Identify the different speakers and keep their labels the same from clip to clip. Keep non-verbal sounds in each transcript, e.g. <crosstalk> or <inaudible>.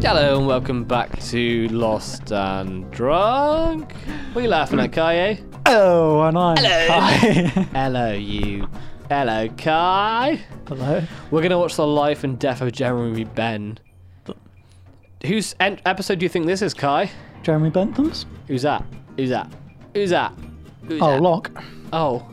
Speaker 1: Hello and welcome back to Lost and Drunk. What are you laughing at, Kai? eh?
Speaker 2: Oh, and I'm Hello.
Speaker 1: <laughs> Hello, you. Hello, Kai.
Speaker 2: Hello.
Speaker 1: We're gonna watch the life and death of Jeremy Ben. Whose en- episode do you think this is, Kai?
Speaker 2: Jeremy Bentham's?
Speaker 1: Who's that? Who's that? Who's that? Who's
Speaker 2: Oh,
Speaker 1: that?
Speaker 2: Locke.
Speaker 1: Oh,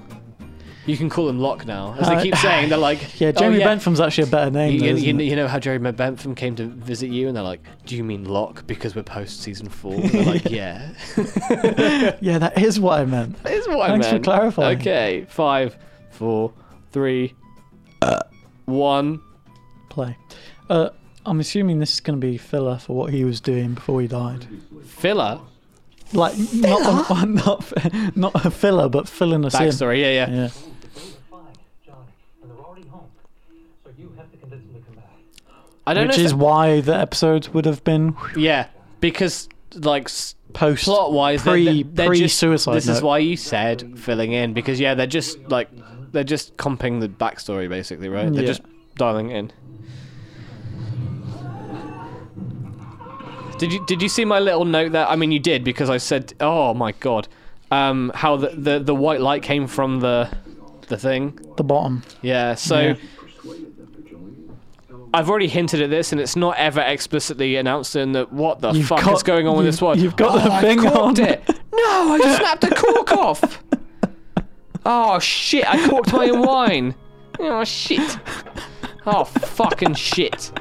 Speaker 1: you can call him Locke now. As
Speaker 2: Uh,
Speaker 1: they keep saying, they're like,
Speaker 2: <laughs> Yeah,
Speaker 1: "Oh,
Speaker 2: Jeremy Bentham's actually a better name.
Speaker 1: You,
Speaker 2: though,
Speaker 1: you-
Speaker 2: isn't
Speaker 1: you,
Speaker 2: it?
Speaker 1: you know how Jeremy Bentham came to visit you, and they're like, "Do you mean Locke?" Because we're post season four. And they're <laughs> like, "Yeah."
Speaker 2: Yeah, that is what I meant.
Speaker 1: That is what I
Speaker 2: Thanks for
Speaker 1: meant.
Speaker 2: clarifying.
Speaker 1: Okay, five, four, three, one.
Speaker 2: Play. Uh, I'm assuming this is going to be filler for what he was doing before he died.
Speaker 1: Filler
Speaker 2: Like <laughs> not the, not not a filler, but filling us
Speaker 1: backstory. Yeah, yeah.
Speaker 2: in. Yeah.
Speaker 3: Fine, Johnny, and they're already home. So you have to convince them to come back.
Speaker 1: I don't
Speaker 2: Which
Speaker 1: know. if
Speaker 2: is
Speaker 1: that-
Speaker 2: why the episode would have been
Speaker 1: yeah, because like s-
Speaker 2: post
Speaker 1: plot wise,
Speaker 2: pre
Speaker 1: they're, they're
Speaker 2: pre
Speaker 1: just,
Speaker 2: suicide.
Speaker 1: This is
Speaker 2: note.
Speaker 1: why you said filling in because yeah, they're just like they're just comping the backstory basically, right? They're
Speaker 2: Yeah.
Speaker 1: just dialing it in. Did you did you see my little note there? I mean, you did because I said, "Oh my god," um, how the, the the white light came from the the thing.
Speaker 2: the bottom.
Speaker 1: Yeah, so
Speaker 2: Yeah.
Speaker 1: I've already hinted at this, and it's not ever explicitly announced in that what the
Speaker 2: You've
Speaker 1: fuck
Speaker 2: got-
Speaker 1: is going on with
Speaker 2: you've-
Speaker 1: this one.
Speaker 2: you've got
Speaker 1: oh,
Speaker 2: the
Speaker 1: I
Speaker 2: thing
Speaker 1: corked
Speaker 2: on.
Speaker 1: It. No, I snapped the cork off. Oh shit! I corked my own wine. Oh shit! Oh fucking shit!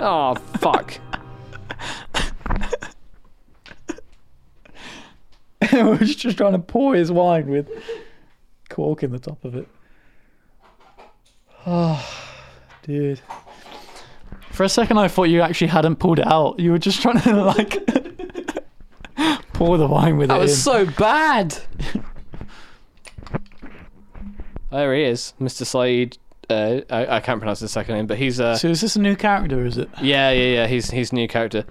Speaker 1: Oh fuck!
Speaker 2: <laughs> I was just trying to pour his wine with cork in the top of it. Oh, dude. For a second, I thought you actually hadn't pulled it out. You were just trying to <laughs> like pour the wine with
Speaker 1: That
Speaker 2: it. in.
Speaker 1: was so bad. there he is, Mr. Saeed. Uh, I, I can't pronounce his second name, but he's uh,
Speaker 2: So is this a new character? Is it?
Speaker 1: Yeah, yeah, yeah. He's he's new character.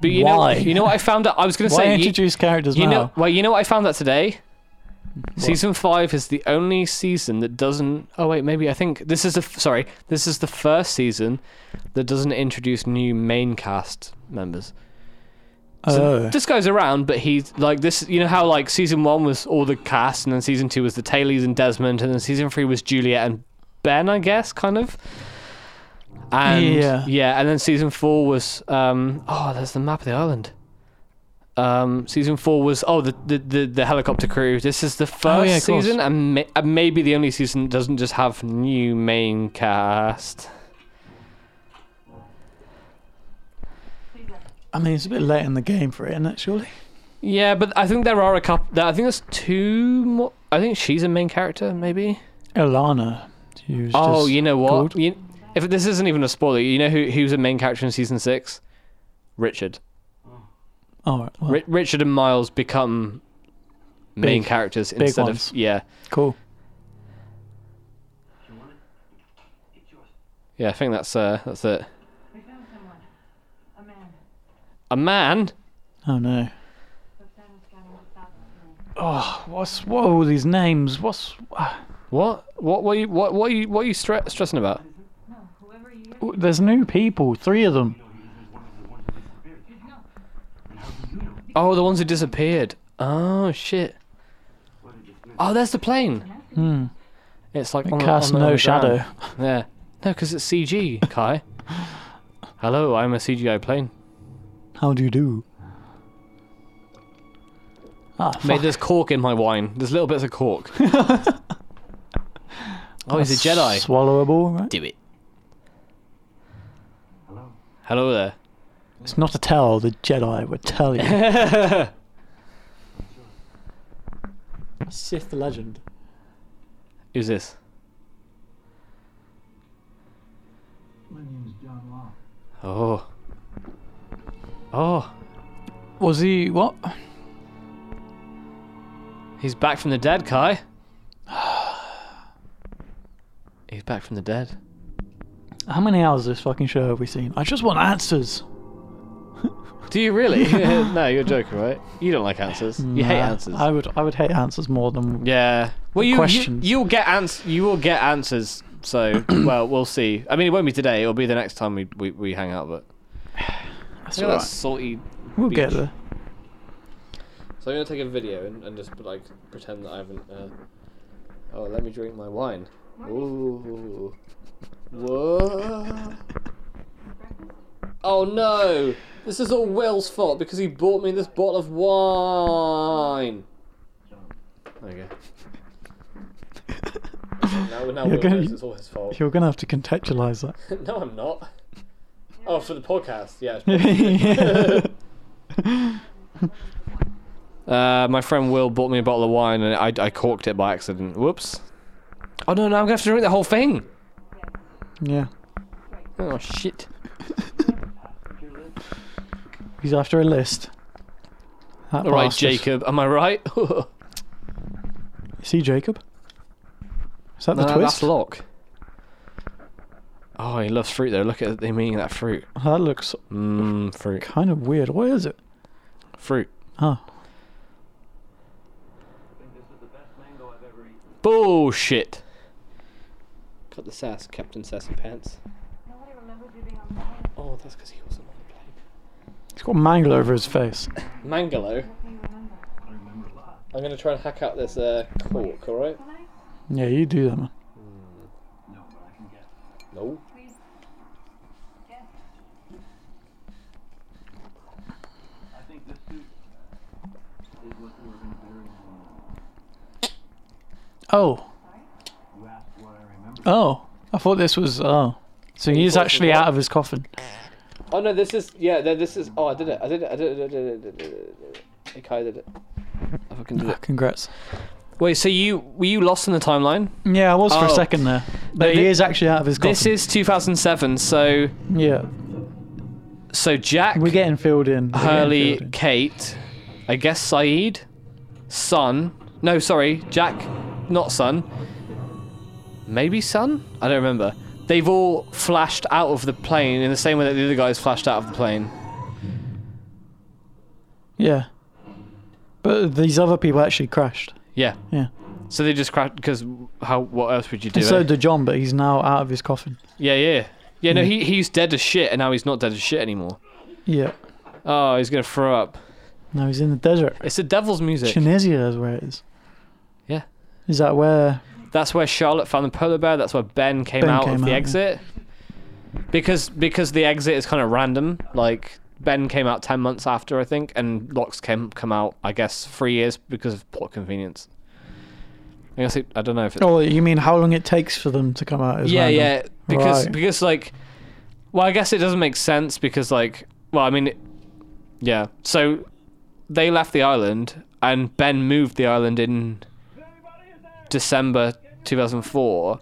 Speaker 1: But you
Speaker 2: Why?
Speaker 1: know, you know what I found out. I was gonna
Speaker 2: Why
Speaker 1: say, you,
Speaker 2: introduce characters
Speaker 1: you
Speaker 2: now?
Speaker 1: know, well, you know what I found out today. Season five is the only season that doesn't. Oh wait, maybe I think this is the f- sorry. This is the first season that doesn't introduce new main cast members.
Speaker 2: oh,
Speaker 1: This guy's around, but he's like this. You know how like season one was all the cast, and then season two was the Tailies and Desmond, and then season three was Juliet and Ben, I guess, kind of. And
Speaker 2: Yeah.
Speaker 1: yeah, and then season four was um oh, there's the map of the island. Um, season four was oh the the, the, the helicopter crew. This is the first
Speaker 2: Oh, yeah, of course.
Speaker 1: season, and, may, and maybe the only season that doesn't just have new main cast.
Speaker 2: I mean, it's a bit late in the game for it, isn't it? Surely.
Speaker 1: Yeah, but I think there are a couple. I think there's two more. I think she's a main character, maybe.
Speaker 2: Ilana. she was
Speaker 1: Oh,
Speaker 2: just
Speaker 1: you know what?
Speaker 2: called-
Speaker 1: You, if this isn't even a spoiler, you know who who's a main character in season six? Richard.
Speaker 2: All right. Well,
Speaker 1: Ri- Richard and Miles become main
Speaker 2: Big-
Speaker 1: characters instead
Speaker 2: ones.
Speaker 1: of yeah,
Speaker 2: cool.
Speaker 3: You want it? It's yours.
Speaker 1: yeah. I think that's uh that's it.
Speaker 4: We found someone. A man.
Speaker 1: A man.
Speaker 2: Oh no.
Speaker 4: Observance camera stopped me.
Speaker 2: Oh, what's what are all these names? What's ah.
Speaker 1: What? What? What? Are you, what? What? Are you, what are you stre- stressing about?
Speaker 4: No, whoever you is,
Speaker 2: Oh, There's new people, three of them.
Speaker 4: is not.
Speaker 1: Oh, the ones who disappeared. Oh shit. Oh, there's the plane.
Speaker 2: Hmm.
Speaker 1: It's like on the-
Speaker 2: Cast
Speaker 1: on the- on
Speaker 2: no
Speaker 1: the ground.
Speaker 2: shadow.
Speaker 1: Yeah. No, because it's CG, Kai.
Speaker 2: <laughs>
Speaker 1: Hello, I'm a CGI plane.
Speaker 2: How do you do? Ah,
Speaker 1: Mate,
Speaker 2: fuck.
Speaker 1: there's cork in my wine. There's little bits of cork. <laughs> oh, he's a Jedi.
Speaker 2: Swallowable, right?
Speaker 1: Do it.
Speaker 3: Hello?
Speaker 1: Hello there.
Speaker 2: It's not a tell. The Jedi would tell you.
Speaker 1: <laughs>
Speaker 2: Sith legend.
Speaker 1: Who's this?
Speaker 3: My name's John Locke.
Speaker 1: Oh. Oh.
Speaker 2: Was he what?
Speaker 1: He's back from the dead, Kai. <sighs> he's back from the dead.
Speaker 2: How many hours of this fucking show have we seen? I just want answers.
Speaker 1: Do you <laughs> really? no, you're joking, right? You don't like answers. You hate
Speaker 2: Nah,
Speaker 1: answers.
Speaker 2: I would. I would hate answers more than.
Speaker 1: Yeah. Well, you, you
Speaker 2: questions.
Speaker 1: you'll get ans- you will <clears throat> get answers. So well, we'll see. I mean, it won't be today. It'll be the next time we we, we hang out. But
Speaker 2: That's
Speaker 1: Look at
Speaker 2: all
Speaker 1: that
Speaker 2: right.
Speaker 1: salty.
Speaker 2: We'll
Speaker 1: beach.
Speaker 2: get there.
Speaker 1: So I'm gonna take a video and, and just like pretend that I haven't. Uh... Oh, let me drink my wine. Ooh. Whoa. Oh no! This is all Will's fault because he bought me this bottle of wine. There you go. now, now
Speaker 2: You're
Speaker 1: Will
Speaker 2: gonna-
Speaker 1: knows it's all his fault.
Speaker 2: You're gonna have to contextualize
Speaker 1: <laughs>
Speaker 2: that. <laughs>
Speaker 1: no, I'm not. Oh, for the podcast, yeah. it's <laughs> Uh, my friend Will bought me a bottle of wine and I, I corked it by accident. Whoops. Oh no, now I'm gonna have to drink the whole thing.
Speaker 2: yeah.
Speaker 1: Oh shit.
Speaker 2: He's after a list. That
Speaker 1: All right,
Speaker 2: bastard.
Speaker 1: Jacob, am I right? <laughs> no,
Speaker 2: Is he Jacob? Is that the
Speaker 1: no,
Speaker 2: twist?
Speaker 1: that's Locke. Oh, he loves fruit though. Look at him eating that fruit.
Speaker 2: that looks
Speaker 1: Mmm, fruit.
Speaker 2: kind of weird. What is it?
Speaker 1: Fruit.
Speaker 2: Oh,
Speaker 4: think this is the best mango I've ever eaten.
Speaker 1: Bullshit. Cut the sass, Captain Sassy Pants.
Speaker 4: Nobody remembers you being on the plane.
Speaker 1: Oh, that's because he wasn't on the plane.
Speaker 2: he's got mangle over his face.
Speaker 1: Mangalo,
Speaker 4: What do you remember? I remember a lot.
Speaker 1: I'm gonna try and hack out this uh, cork, alright?
Speaker 4: Can I?
Speaker 2: Yeah, you do that, man.
Speaker 4: No, but I can guess.
Speaker 1: No.
Speaker 4: Please. Guess. I think this suit is what we were going to bury in the morning.
Speaker 2: Oh,
Speaker 4: You asked what I remember.
Speaker 2: oh. I thought this was. Oh. So
Speaker 1: thought
Speaker 2: he's
Speaker 1: it was
Speaker 2: actually
Speaker 1: what?
Speaker 2: out of his coffin.
Speaker 1: Oh no, this is yeah. No, this is. Oh, I did it. I did it. I did it. I did it. I did it. I did it, I did it. Okay, I did it. I fucking did
Speaker 2: Ah,
Speaker 1: it.
Speaker 2: Congrats.
Speaker 1: Wait, so you were you lost in the timeline?
Speaker 2: Yeah, I was for a
Speaker 1: Oh.
Speaker 2: second there. But he
Speaker 1: thi-
Speaker 2: is actually out of his coffin.
Speaker 1: This is 2007. So
Speaker 2: Yeah.
Speaker 1: so Jack,
Speaker 2: We're getting filled in. We're getting
Speaker 1: Hurley,
Speaker 2: filled in.
Speaker 1: Kate, I guess Saeed, Son. No, sorry, Jack, not Son. Maybe Son. I don't remember. They've all flashed out of the plane in the same way that the other guys flashed out of the plane.
Speaker 2: Yeah. But these other people actually crashed.
Speaker 1: Yeah.
Speaker 2: Yeah.
Speaker 1: So they just crashed because how? What else would you do?
Speaker 2: so
Speaker 1: eh?
Speaker 2: did Hmm. John, but he's now out of his coffin.
Speaker 1: Yeah, yeah. Yeah, no, he he's dead as shit, and now he's not dead as shit anymore.
Speaker 2: Yeah.
Speaker 1: Oh, he's gonna throw up.
Speaker 2: Now he's in the desert.
Speaker 1: It's the devil's music.
Speaker 2: Tunisia is where it is.
Speaker 1: Yeah.
Speaker 2: Is that where?
Speaker 1: That's where Charlotte found the polar bear. That's where Ben came
Speaker 2: Ben
Speaker 1: out
Speaker 2: came
Speaker 1: of the
Speaker 2: out, yeah.
Speaker 1: exit. Because because the exit is kind of random. Like Ben came out ten months after, I think, and Locks came come out, I guess, three years because of plot convenience. I guess it, I don't know if it's
Speaker 2: Oh, you mean how long it takes for them to come out? Is
Speaker 1: yeah
Speaker 2: random.
Speaker 1: yeah because
Speaker 2: Right.
Speaker 1: because like well i guess it doesn't make sense because like well i mean it- yeah so they left the island and ben moved the island in december 2004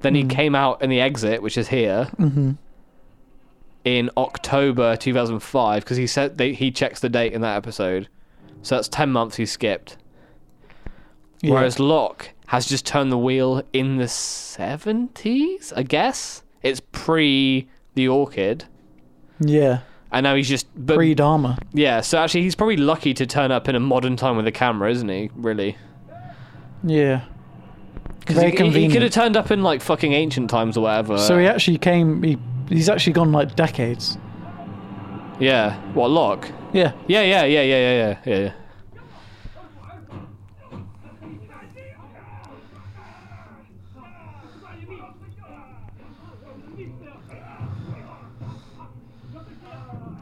Speaker 1: then
Speaker 2: Hmm.
Speaker 1: he came out in the exit which is here
Speaker 2: Mm-hmm.
Speaker 1: in october 2005 because he said they, he checks the date in that episode so that's 10 months he skipped
Speaker 2: Yeah.
Speaker 1: Whereas Locke has just turned the wheel in the 70s, I guess. It's pre the orchid.
Speaker 2: yeah,
Speaker 1: And now he's just. But,
Speaker 2: pre Dharma.
Speaker 1: yeah, so actually, he's probably lucky to turn up in a modern time with a camera, isn't he? Really?
Speaker 2: Yeah.
Speaker 1: Because
Speaker 2: Very
Speaker 1: he, he, could have
Speaker 2: convenient.
Speaker 1: turned up in like fucking ancient times or whatever.
Speaker 2: So he actually came. He he's actually gone like decades.
Speaker 1: yeah. What, Locke?
Speaker 2: Yeah.
Speaker 1: Yeah, yeah, yeah, yeah, yeah, yeah, yeah. yeah.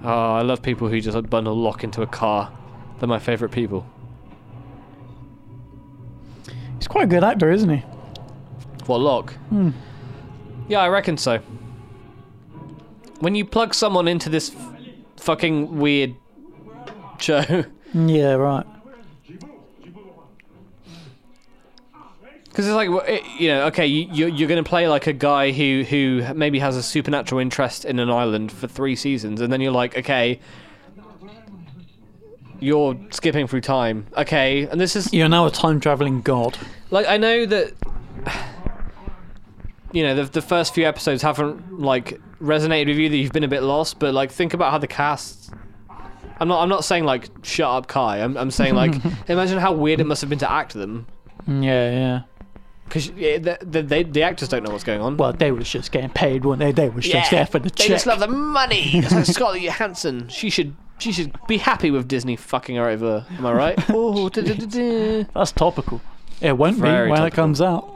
Speaker 1: Oh, I love people who just bundle lock into a car. They're my favourite people.
Speaker 2: He's quite a good actor, isn't he?
Speaker 1: What lock? Yeah, I reckon so. When you plug someone into this f- fucking weird show, <laughs>
Speaker 2: Yeah. Right.
Speaker 1: Because it's like, wh- it- you know, okay, you, you're, you're going to play like a guy who, who maybe has a supernatural interest in an island for three seasons, and then you're like, okay, you're skipping through time. Okay, and this is.
Speaker 2: You're now a time traveling god.
Speaker 1: Like, I know that. <sighs> You know, the, the first few episodes haven't, like, resonated with you that you've been a bit lost, but, like, think about how the cast. I'm not, I'm not saying, like, shut up, Kai. I'm, I'm saying, like, imagine how weird it must have been to act them.
Speaker 2: Yeah. Yeah.
Speaker 1: because the, the, they- the actors don't know what's going on.
Speaker 2: Well, they was just getting paid, weren't they? They was just there for the
Speaker 1: they
Speaker 2: check.
Speaker 1: just love the money. It's like Scarlett Johansson. She should she should be happy with Disney fucking her over. Am I
Speaker 2: <laughs>
Speaker 1: right?
Speaker 2: Oh,
Speaker 1: Ooh, da, da, da, da.
Speaker 2: That's topical. It won't
Speaker 1: Very
Speaker 2: be when it
Speaker 1: topical.
Speaker 2: comes out.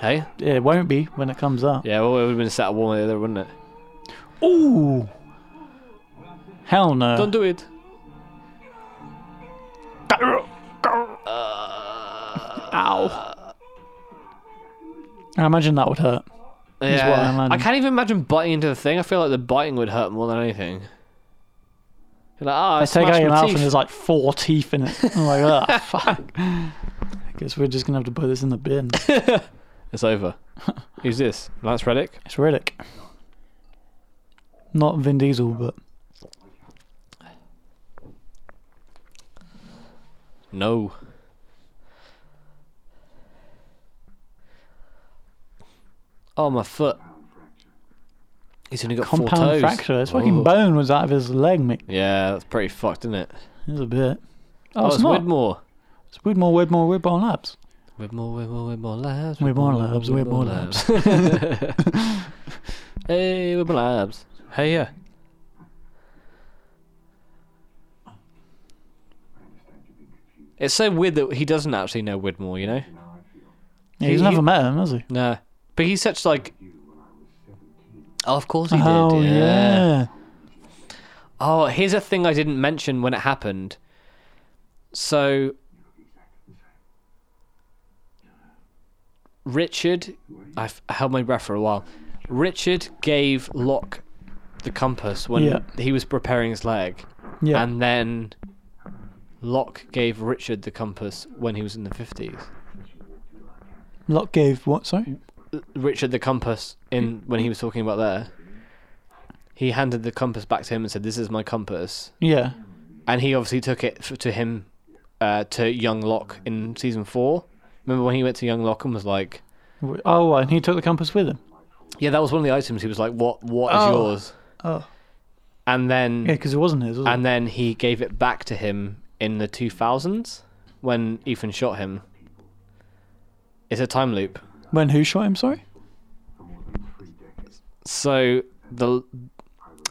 Speaker 1: Hey,
Speaker 2: It won't be when it comes out.
Speaker 1: yeah, well, it would have been a set of war there, wouldn't it?
Speaker 2: Ooh. Hell no.
Speaker 1: Don't do it.
Speaker 2: Ow. I imagine that would hurt. what I
Speaker 1: Yeah,
Speaker 2: imagine.
Speaker 1: I can't even imagine biting into the thing. I feel like the biting would hurt more than anything. You're like, ah, I
Speaker 2: I take out
Speaker 1: smashed
Speaker 2: your
Speaker 1: my
Speaker 2: mouth
Speaker 1: teeth.
Speaker 2: and there's like four teeth in it. I'm like,
Speaker 1: <laughs>
Speaker 2: ah, fuck. I guess we're just gonna have to put this in the bin.
Speaker 1: It's
Speaker 2: <laughs>
Speaker 1: over. Who's this? Lance Reddick?
Speaker 2: It's Riddick. Not Vin Diesel, but
Speaker 1: No. Oh, my foot. He's only got four
Speaker 2: compound
Speaker 1: toes.
Speaker 2: fracture. His fucking
Speaker 1: Oh.
Speaker 2: bone was out of his leg, mate.
Speaker 1: Yeah, that's pretty fucked, isn't it?
Speaker 2: It's a bit.
Speaker 1: Oh,
Speaker 2: Oh, it's,
Speaker 1: it's
Speaker 2: not.
Speaker 1: Widmore.
Speaker 2: It's Widmore, Widmore, Widmore Labs.
Speaker 1: Widmore, Widmore, Widmore Labs.
Speaker 2: Widmore Labs, Widmore Labs.
Speaker 1: <laughs> hey, Widmore Labs. Hey, yeah. It's so weird that he doesn't actually know Widmore, you know?
Speaker 2: Yeah, he's
Speaker 1: He-
Speaker 2: never met him, has he?
Speaker 1: No. But he's such like. Oh, of course he
Speaker 2: oh
Speaker 1: did.
Speaker 2: yeah.
Speaker 1: Oh, here's a thing I didn't mention when it happened. So, Richard, I've I held my breath for a while. Richard gave Locke the compass when
Speaker 2: Yeah.
Speaker 1: he was preparing his leg,
Speaker 2: Yeah.
Speaker 1: and then Locke gave Richard the compass when he was in the fifties.
Speaker 2: Locke gave what? Sorry.
Speaker 1: Mm. Richard the compass
Speaker 2: Mm.
Speaker 1: in when he was talking about there. He handed the compass back to him and said, "This is my compass."
Speaker 2: Yeah.
Speaker 1: and he obviously took it f- to him uh, to young Locke in season four. Remember when he went to young Locke and was like,
Speaker 2: W- Oh, and he took the compass with him.
Speaker 1: "Yeah, that was one of the items." He was like, "What? What is
Speaker 2: Oh.
Speaker 1: yours?"
Speaker 2: Oh.
Speaker 1: And then
Speaker 2: Yeah, because it wasn't his. Was it?
Speaker 1: and then he gave it back to him in the two thousands when Ethan shot him. It's a time loop.
Speaker 2: When who shot him? Sorry.
Speaker 1: So the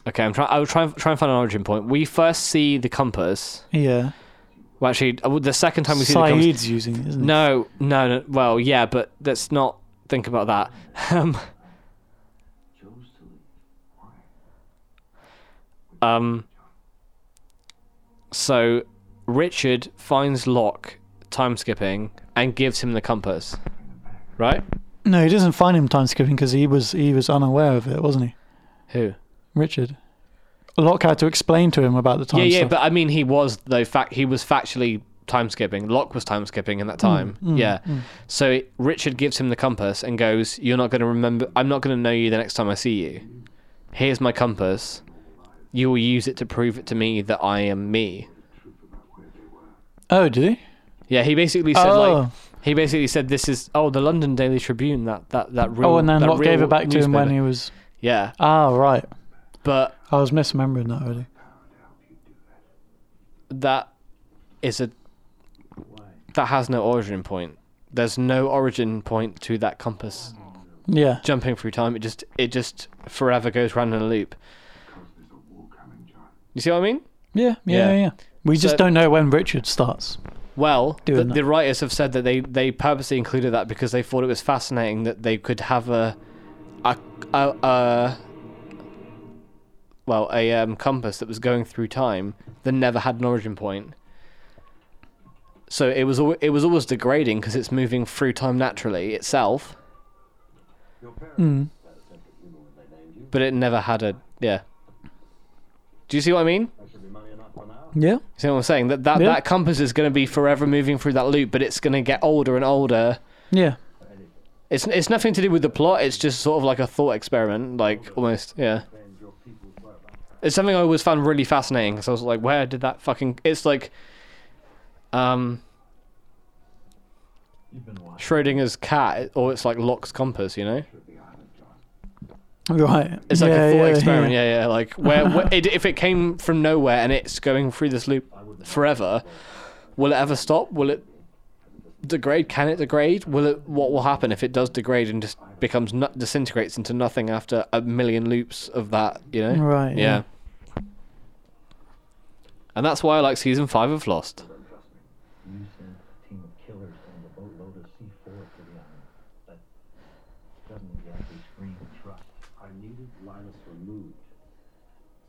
Speaker 1: okay, I'm trying. I will try and try and find an origin point. We first see the compass.
Speaker 2: Yeah.
Speaker 1: Well, actually, uh, the second time we see the compass,
Speaker 2: Saeed's using it, isn't it?
Speaker 1: No, no, no. Well, yeah, but let's not think about that. <laughs> Um, um. So, Richard finds Locke time skipping and gives him the compass, right?
Speaker 2: No, he doesn't find him time skipping because he was he was unaware of it, wasn't he?
Speaker 1: Who?
Speaker 2: Richard. Locke had to explain to him about the time.
Speaker 1: yeah, yeah,
Speaker 2: stuff.
Speaker 1: but I mean, he was though. Fact, he was factually time skipping. Locke was time skipping
Speaker 2: Hmm,
Speaker 1: in that time. yeah. So it, Richard gives him the compass and goes, "You're not going to remember. I'm not going to know you the next time I see you. Here's my compass. You will use it to prove it to me that I am me."
Speaker 2: Oh, did he?
Speaker 1: Yeah, he basically said like
Speaker 2: Oh.
Speaker 1: he basically said this is oh the London Daily Tribune that that that real
Speaker 2: oh, and then
Speaker 1: that
Speaker 2: Locke gave
Speaker 1: real
Speaker 2: it back to him when he
Speaker 1: newspaper."
Speaker 2: was.
Speaker 1: yeah
Speaker 2: Ah, right.
Speaker 1: but
Speaker 2: I was misremembering that already.
Speaker 1: that is a that has no origin point. There's no origin point to that compass
Speaker 2: Yeah.
Speaker 1: jumping through time. It just it just forever goes round in a loop. You see what I mean?
Speaker 2: Yeah.
Speaker 1: Yeah.
Speaker 2: Yeah. Yeah. yeah. We
Speaker 1: So-
Speaker 2: just don't know when Richard starts.
Speaker 1: Well, the,
Speaker 2: Doing that.
Speaker 1: the writers have said that they they purposely included that because they thought it was fascinating that they could have a a a, a well a um, compass that was going through time that never had an origin point. So it was al- it was always degrading because it's moving through time naturally itself,
Speaker 2: Mm.
Speaker 1: but it never had a yeah. Do you see what I mean?
Speaker 2: Yeah.
Speaker 1: See what I'm saying? That that,
Speaker 2: Yeah.
Speaker 1: that compass is going to be forever moving through that loop, but it's going to get older and older.
Speaker 2: Yeah.
Speaker 1: It's it's nothing to do with the plot. It's just sort of like a thought experiment, like almost yeah. It's something I always found really fascinating because I was like, where did that fucking? It's like, um, Schrodinger's cat, or it's like Locke's compass, you know?
Speaker 2: Right.
Speaker 1: It's
Speaker 2: yeah,
Speaker 1: like a thought
Speaker 2: yeah,
Speaker 1: experiment,
Speaker 2: Yeah.
Speaker 1: yeah, yeah. Like where, where it, if it came from nowhere and it's going through this loop forever, will it ever stop? Will it? degrade? Can it degrade? Will it? What will happen if it does degrade and just becomes nu- disintegrates into nothing after a million loops of that? You know.
Speaker 2: Right, yeah.
Speaker 1: And that's why I like season five of Lost.
Speaker 4: You sent a team of killers and a boatload of C4 to the island. That doesn't exactly scream trust.
Speaker 5: I needed Linus removed,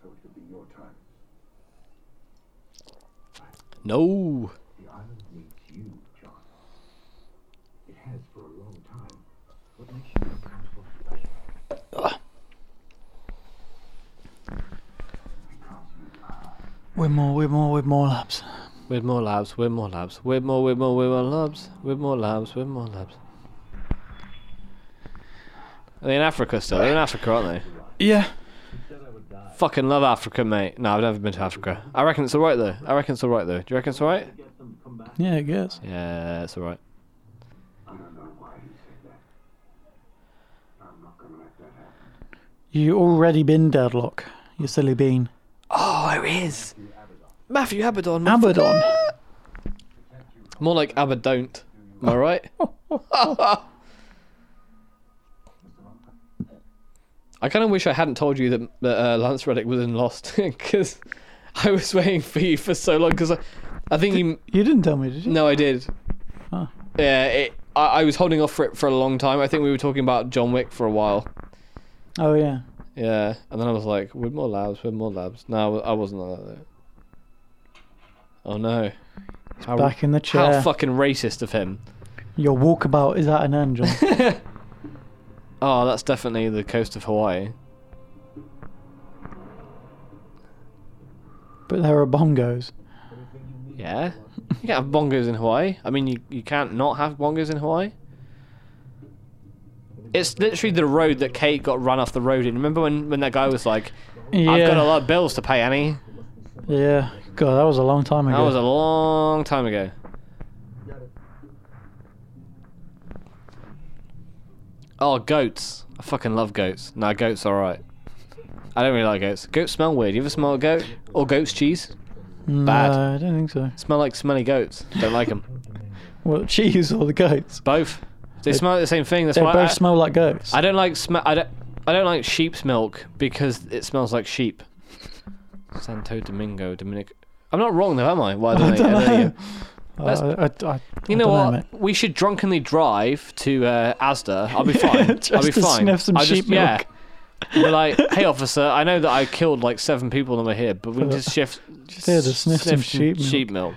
Speaker 5: so it could be your time.
Speaker 1: No.
Speaker 5: The island needs you, John. It has for a long time. What makes you uncomfortable special? Because you are.
Speaker 2: We're more, we're more, we're more labs.
Speaker 1: With more labs, with more labs, with more, with more, with more labs, with more labs, with more labs. Are they in Africa still? They're in Africa, aren't they?
Speaker 2: Yeah.
Speaker 1: Fucking love Africa, mate. No, I've never been to Africa. I reckon it's alright though. I reckon it's alright though. Do you reckon it's alright?
Speaker 4: Get them to come back.
Speaker 2: Yeah, I guess.
Speaker 1: Yeah, it's alright.
Speaker 5: I don't know why he said that. I'm not gonna let that happen.
Speaker 2: You already been deadlock. You silly bean.
Speaker 1: Oh, it is. Matthew Abaddon.
Speaker 2: Abaddon.
Speaker 1: More like Abadon't. Am I
Speaker 2: <laughs>
Speaker 1: right? I kind of wish I hadn't told you that, that uh, Lance Reddick was in Lost <laughs> because I was waiting for you for so long because I, I think you.
Speaker 2: You didn't tell me, did you?
Speaker 1: No, I did.
Speaker 2: Huh.
Speaker 1: Yeah, it, I, I was holding off for it for a long time. I think we were talking about John Wick for a while.
Speaker 2: Oh yeah.
Speaker 1: Yeah, and then I was like, "With more labs, with more labs." No, I wasn't like that. Though. Oh no! How,
Speaker 2: Back in the
Speaker 1: how
Speaker 2: chair.
Speaker 1: fucking racist of him!
Speaker 2: Your walkabout is at an
Speaker 1: <laughs>
Speaker 2: end, John.
Speaker 1: Oh, that's definitely the coast of Hawaii.
Speaker 2: but there are bongos.
Speaker 1: Yeah, you can't have bongos in Hawaii. I mean, you you can't not have bongos in Hawaii. It's literally the road that Kate got run off the road in. Remember when, when that guy was like,
Speaker 2: Yeah.
Speaker 1: "I've got a lot of bills to pay, Annie."
Speaker 2: Yeah. God, that was a long time ago.
Speaker 1: That was a long time ago. Oh, goats. I fucking love goats. No, goats are alright. I don't really like goats. Goats smell weird. You ever smell a goat? Or goat's cheese?
Speaker 2: no,
Speaker 1: bad.
Speaker 2: I don't think so.
Speaker 1: Smell like smelly goats. Don't like them.
Speaker 2: Well, <laughs> cheese or the goats.
Speaker 1: Both. They smell the same thing. That's
Speaker 2: They
Speaker 1: why
Speaker 2: both
Speaker 1: I,
Speaker 2: smell like goats. <laughs>
Speaker 1: I don't like sm- I don't I don't like sheep's milk because it smells like sheep. Santo Domingo, Dominic. I'm not wrong though, am I? Why don't,
Speaker 2: <laughs> I
Speaker 1: they-
Speaker 2: don't
Speaker 1: I don't
Speaker 2: know.
Speaker 1: know. Let's-
Speaker 2: Uh, I, I, I,
Speaker 1: You
Speaker 2: I
Speaker 1: know
Speaker 2: don't
Speaker 1: what?
Speaker 2: mate.
Speaker 1: we should drunkenly drive to uh, Asda.
Speaker 2: <laughs>
Speaker 1: I'll be fine. I'll
Speaker 2: Just
Speaker 1: be
Speaker 2: to
Speaker 1: fine.
Speaker 2: sniff some
Speaker 1: I'll
Speaker 2: sheep
Speaker 1: just, yeah.
Speaker 2: milk.
Speaker 1: We're like, hey officer, I know that I killed like seven people and we're here, but we need to shift. Just
Speaker 2: here to sniff some sheep milk."
Speaker 1: sheep milk.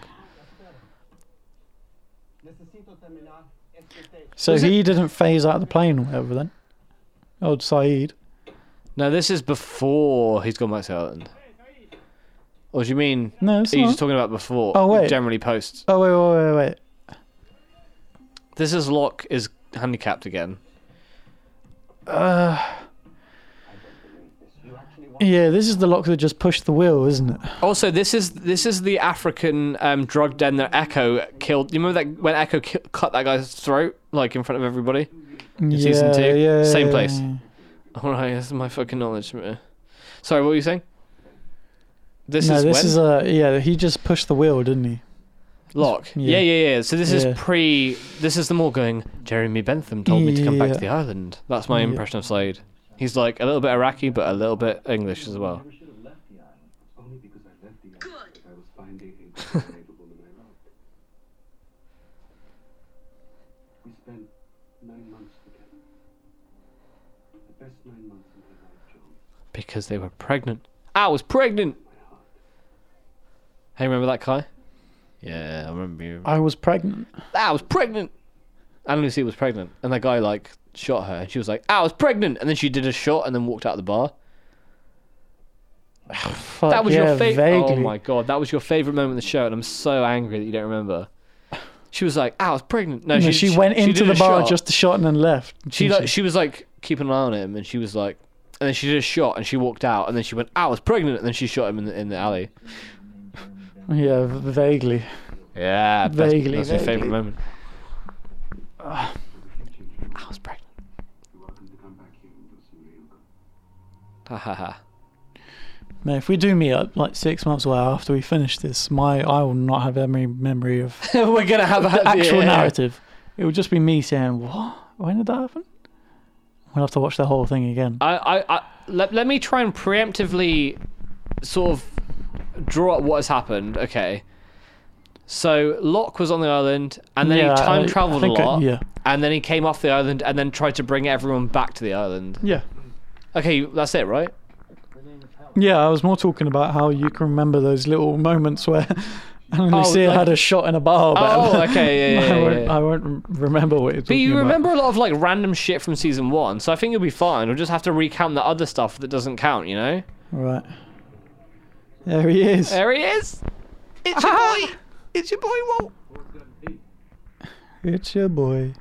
Speaker 2: So
Speaker 1: Was it-
Speaker 2: he didn't phase out the plane or whatever then? Old Saeed.
Speaker 1: No, this is before he's gone back to Ireland. Or do you mean?
Speaker 2: No, it's
Speaker 1: Are you
Speaker 2: not.
Speaker 1: just talking about before?
Speaker 2: Oh, wait.
Speaker 1: Generally posts.
Speaker 2: oh, wait, wait, wait, wait.
Speaker 1: This is Locke is handicapped again.
Speaker 2: Uh, yeah, this is the lock that just pushed the wheel, isn't it?
Speaker 1: Also, this is this is the African um, drug den that Echo killed. You remember that when Echo ki- cut that guy's throat like in front of everybody?
Speaker 2: yeah,
Speaker 1: season two?
Speaker 2: yeah,
Speaker 1: Same
Speaker 2: yeah,
Speaker 1: place.
Speaker 2: yeah.
Speaker 1: All right, this is my fucking knowledge. man. Sorry, what were you saying? This
Speaker 2: no,
Speaker 1: is
Speaker 2: this
Speaker 1: when?
Speaker 2: is a yeah. He just pushed the wheel, didn't he?
Speaker 1: Locke. Yeah,
Speaker 2: yeah.
Speaker 1: yeah, yeah. So this
Speaker 2: Yeah.
Speaker 1: is pre. This is them all going. Jeremy Bentham told me to come back to
Speaker 2: Yeah.
Speaker 1: the island. That's my
Speaker 2: Yeah.
Speaker 1: impression of Slade. He's like a little bit Iraqi, but a little bit English as well.
Speaker 5: Never should have left the island. Only because I left the island. I was finding a better native woman I loved. We spent nine months together. The best nine months of my life, John.
Speaker 1: Because they were pregnant. I was pregnant. Hey, remember that guy? Yeah, I remember you.
Speaker 2: I was pregnant.
Speaker 1: I was pregnant. And Lucy was pregnant, and that guy like shot her, and she was like, "I was pregnant," and then she did a shot and then walked out of the bar.
Speaker 2: Fuck,
Speaker 1: that was
Speaker 2: yeah,
Speaker 1: your favorite.
Speaker 2: Vaguely.
Speaker 1: Oh my god, that was your favorite moment in the show, and I'm so angry that you don't remember. She was like, "I was pregnant." No,
Speaker 2: No,
Speaker 1: she,
Speaker 2: she, went
Speaker 1: she
Speaker 2: into
Speaker 1: did
Speaker 2: the
Speaker 1: a
Speaker 2: bar
Speaker 1: shot.
Speaker 2: just to shot and then left.
Speaker 1: She
Speaker 2: didn't
Speaker 1: like she was like keeping an eye on him, and she was like, and then she did a shot, and she walked out, and then she went, "I was pregnant," and then she shot him in the in the alley.
Speaker 2: yeah, v- vaguely.
Speaker 1: Yeah, that's-
Speaker 2: Vaguely,
Speaker 1: That's, my favorite
Speaker 2: vaguely.
Speaker 1: moment. I was pregnant.
Speaker 2: <laughs>
Speaker 5: You're welcome to come back here and do some real good.
Speaker 1: Ha ha ha.
Speaker 2: Man, if we do meet up like six months away after we finish this, my I will not have any memory
Speaker 1: <laughs>
Speaker 2: of
Speaker 1: We're gonna have
Speaker 2: the
Speaker 1: a
Speaker 2: actual
Speaker 1: yeah.
Speaker 2: narrative. It would just be me saying, "What? When did that happen?" We'll have to watch the whole thing again.
Speaker 1: I, I, I let, let me try and preemptively sort of draw up what has happened. Okay. So Locke was on the island, and then
Speaker 2: Yeah,
Speaker 1: he time
Speaker 2: I- I
Speaker 1: traveled a
Speaker 2: think I-
Speaker 1: lot,
Speaker 2: yeah.
Speaker 1: and then he came off the island, and then tried to bring everyone back to the island.
Speaker 2: Yeah,
Speaker 1: Okay, that's it, right?
Speaker 2: yeah. I was more talking about how you can remember those little moments where <laughs> only
Speaker 1: Oh,
Speaker 2: Sia
Speaker 1: like-
Speaker 2: had a shot in a bar. but- <laughs>
Speaker 1: Oh, okay, yeah, yeah,
Speaker 2: I,
Speaker 1: yeah,
Speaker 2: won't,
Speaker 1: yeah.
Speaker 2: I won't rem- remember what you're
Speaker 1: But you
Speaker 2: talking about.
Speaker 1: remember a lot of like random shit from season one, so I think you'll be fine. We'll just have to recount the other stuff that doesn't count, you know?
Speaker 2: Right. There he is.
Speaker 1: There he is. It's your boy. It's your boy Walt.
Speaker 2: It's your boy.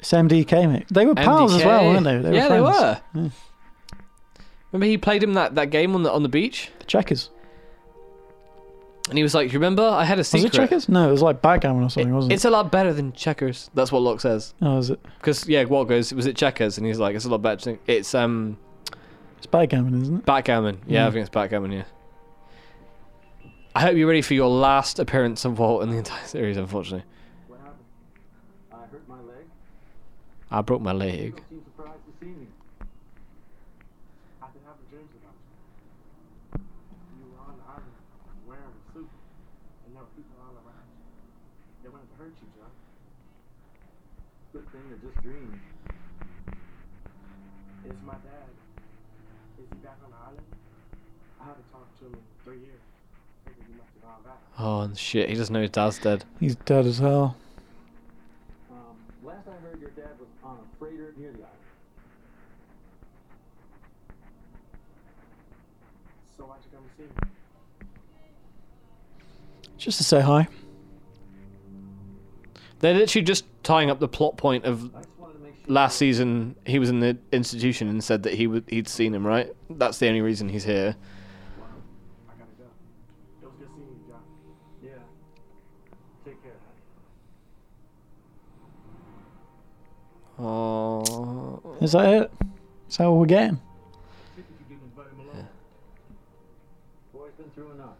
Speaker 2: It's MDK, mate. They were pals as well,
Speaker 1: MDK.
Speaker 2: weren't they?
Speaker 1: yeah, they
Speaker 2: friends.
Speaker 1: were. Remember he played him that, that game on the on the beach,
Speaker 2: Checkers.
Speaker 1: and he was like, "You "Remember, I had a
Speaker 2: Was
Speaker 1: secret."
Speaker 2: it checkers? No, it was like backgammon or something, wasn't it?
Speaker 1: It's a lot better than checkers. That's what Locke says.
Speaker 2: oh, is it?
Speaker 1: Because yeah, Walt goes, "Was it checkers?" And he's like, "It's a lot better." than- It's um
Speaker 2: It's backgammon, isn't it?
Speaker 1: backgammon. Yeah, I
Speaker 2: Mm.
Speaker 1: think it's backgammon. Yeah. I hope you're ready for your last appearance of Walt in the entire <laughs> series. Unfortunately,
Speaker 5: What happened? I hurt my leg.
Speaker 1: I broke my leg.
Speaker 5: Don't seem surprised to see me. I've been having dreams about you. You were on the island wearing a suit, and there were people all around you. They wanted to hurt you, John. Good thing they're just dreams. It's my dad. Is he back on the island? I haven't talked to him in three years. Figured he must have gone back.
Speaker 1: Oh and shit! He doesn't know his dad's dead.
Speaker 2: He's dead as hell.
Speaker 5: Um, last I heard, your dad was on a freighter near the island. So why'd you come to see me?
Speaker 2: Just to say hi.
Speaker 1: They're literally just tying up the plot point of
Speaker 5: I just wanted to make sure.
Speaker 1: last season he was in the institution and said that he would he'd seen him right that's the only reason he's here
Speaker 5: I gotta go. It was good seeing you, John. Yeah. Take care.
Speaker 1: oh
Speaker 2: Is that it? Is that all we're getting?
Speaker 5: Think you didn't invite him along. <laughs> Boy's been through enough.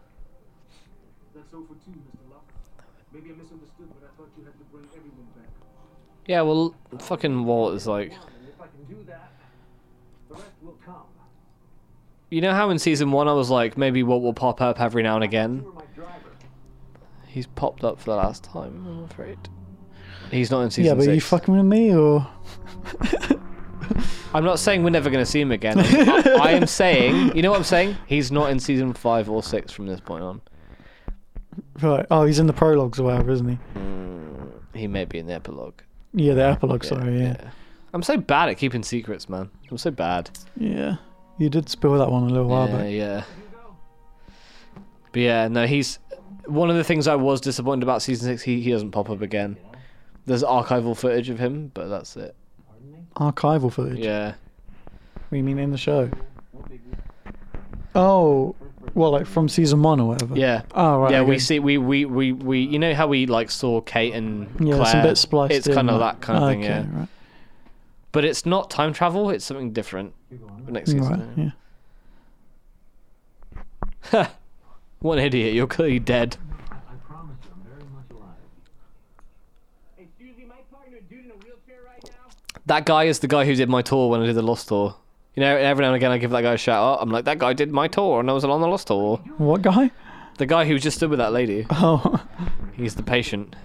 Speaker 5: That's over too, Mr. Locke. Maybe I misunderstood, but I thought you had to bring everyone back.
Speaker 1: yeah well fucking walt is like
Speaker 5: And if I can do that, the rest will come.
Speaker 1: you know how in season one i was like maybe walt will pop up every now and again
Speaker 5: You were my driver.
Speaker 1: he's popped up for the last time i'm afraid he's not in season
Speaker 2: yeah, but are you
Speaker 1: six.
Speaker 2: fucking with me or?
Speaker 1: i'm not saying we're never going to see him again I, I am saying you know what i'm saying he's not in season five or six from this point on
Speaker 2: Right. Oh, he's in the prologues or whatever, isn't he?
Speaker 1: he may be in the epilogue
Speaker 2: Yeah, the epilogue. sorry. Yeah.
Speaker 1: i'm so bad at keeping secrets man i'm so bad
Speaker 2: yeah. You did spill that one a little while
Speaker 1: yeah,
Speaker 2: back.
Speaker 1: yeah. But yeah, no, he's one of the things I was disappointed about season six. He he doesn't pop up again. There's archival footage of him, but that's it.
Speaker 2: Archival footage.
Speaker 1: Yeah,
Speaker 2: We mean in the show. Oh, well, like from season one or whatever.
Speaker 1: yeah,
Speaker 2: Oh right.
Speaker 1: yeah. We
Speaker 2: okay.
Speaker 1: see we we we we. You know how we like saw Kate and
Speaker 2: Yeah,
Speaker 1: Claire.
Speaker 2: some bit spliced.
Speaker 1: It's kind
Speaker 2: in,
Speaker 1: of
Speaker 2: like-
Speaker 1: that kind of thing.
Speaker 2: Okay,
Speaker 1: Yeah,
Speaker 2: Right.
Speaker 1: but it's not time travel. It's something different. The next
Speaker 2: right.
Speaker 1: season.
Speaker 2: Yeah.
Speaker 1: <laughs> What an idiot! You're clearly dead.
Speaker 5: I promise you, I'm very much alive.
Speaker 3: Hey, Susie, my partner, dude in a wheelchair right now.
Speaker 1: That guy is the guy who did my tour when I did the Lost tour. You know, every now and again I give that guy a shout out. I'm like, that guy did my tour, and I was on the Lost tour.
Speaker 2: What guy? <laughs>
Speaker 1: The guy who just stood with that lady.
Speaker 2: Oh,
Speaker 1: He's the patient.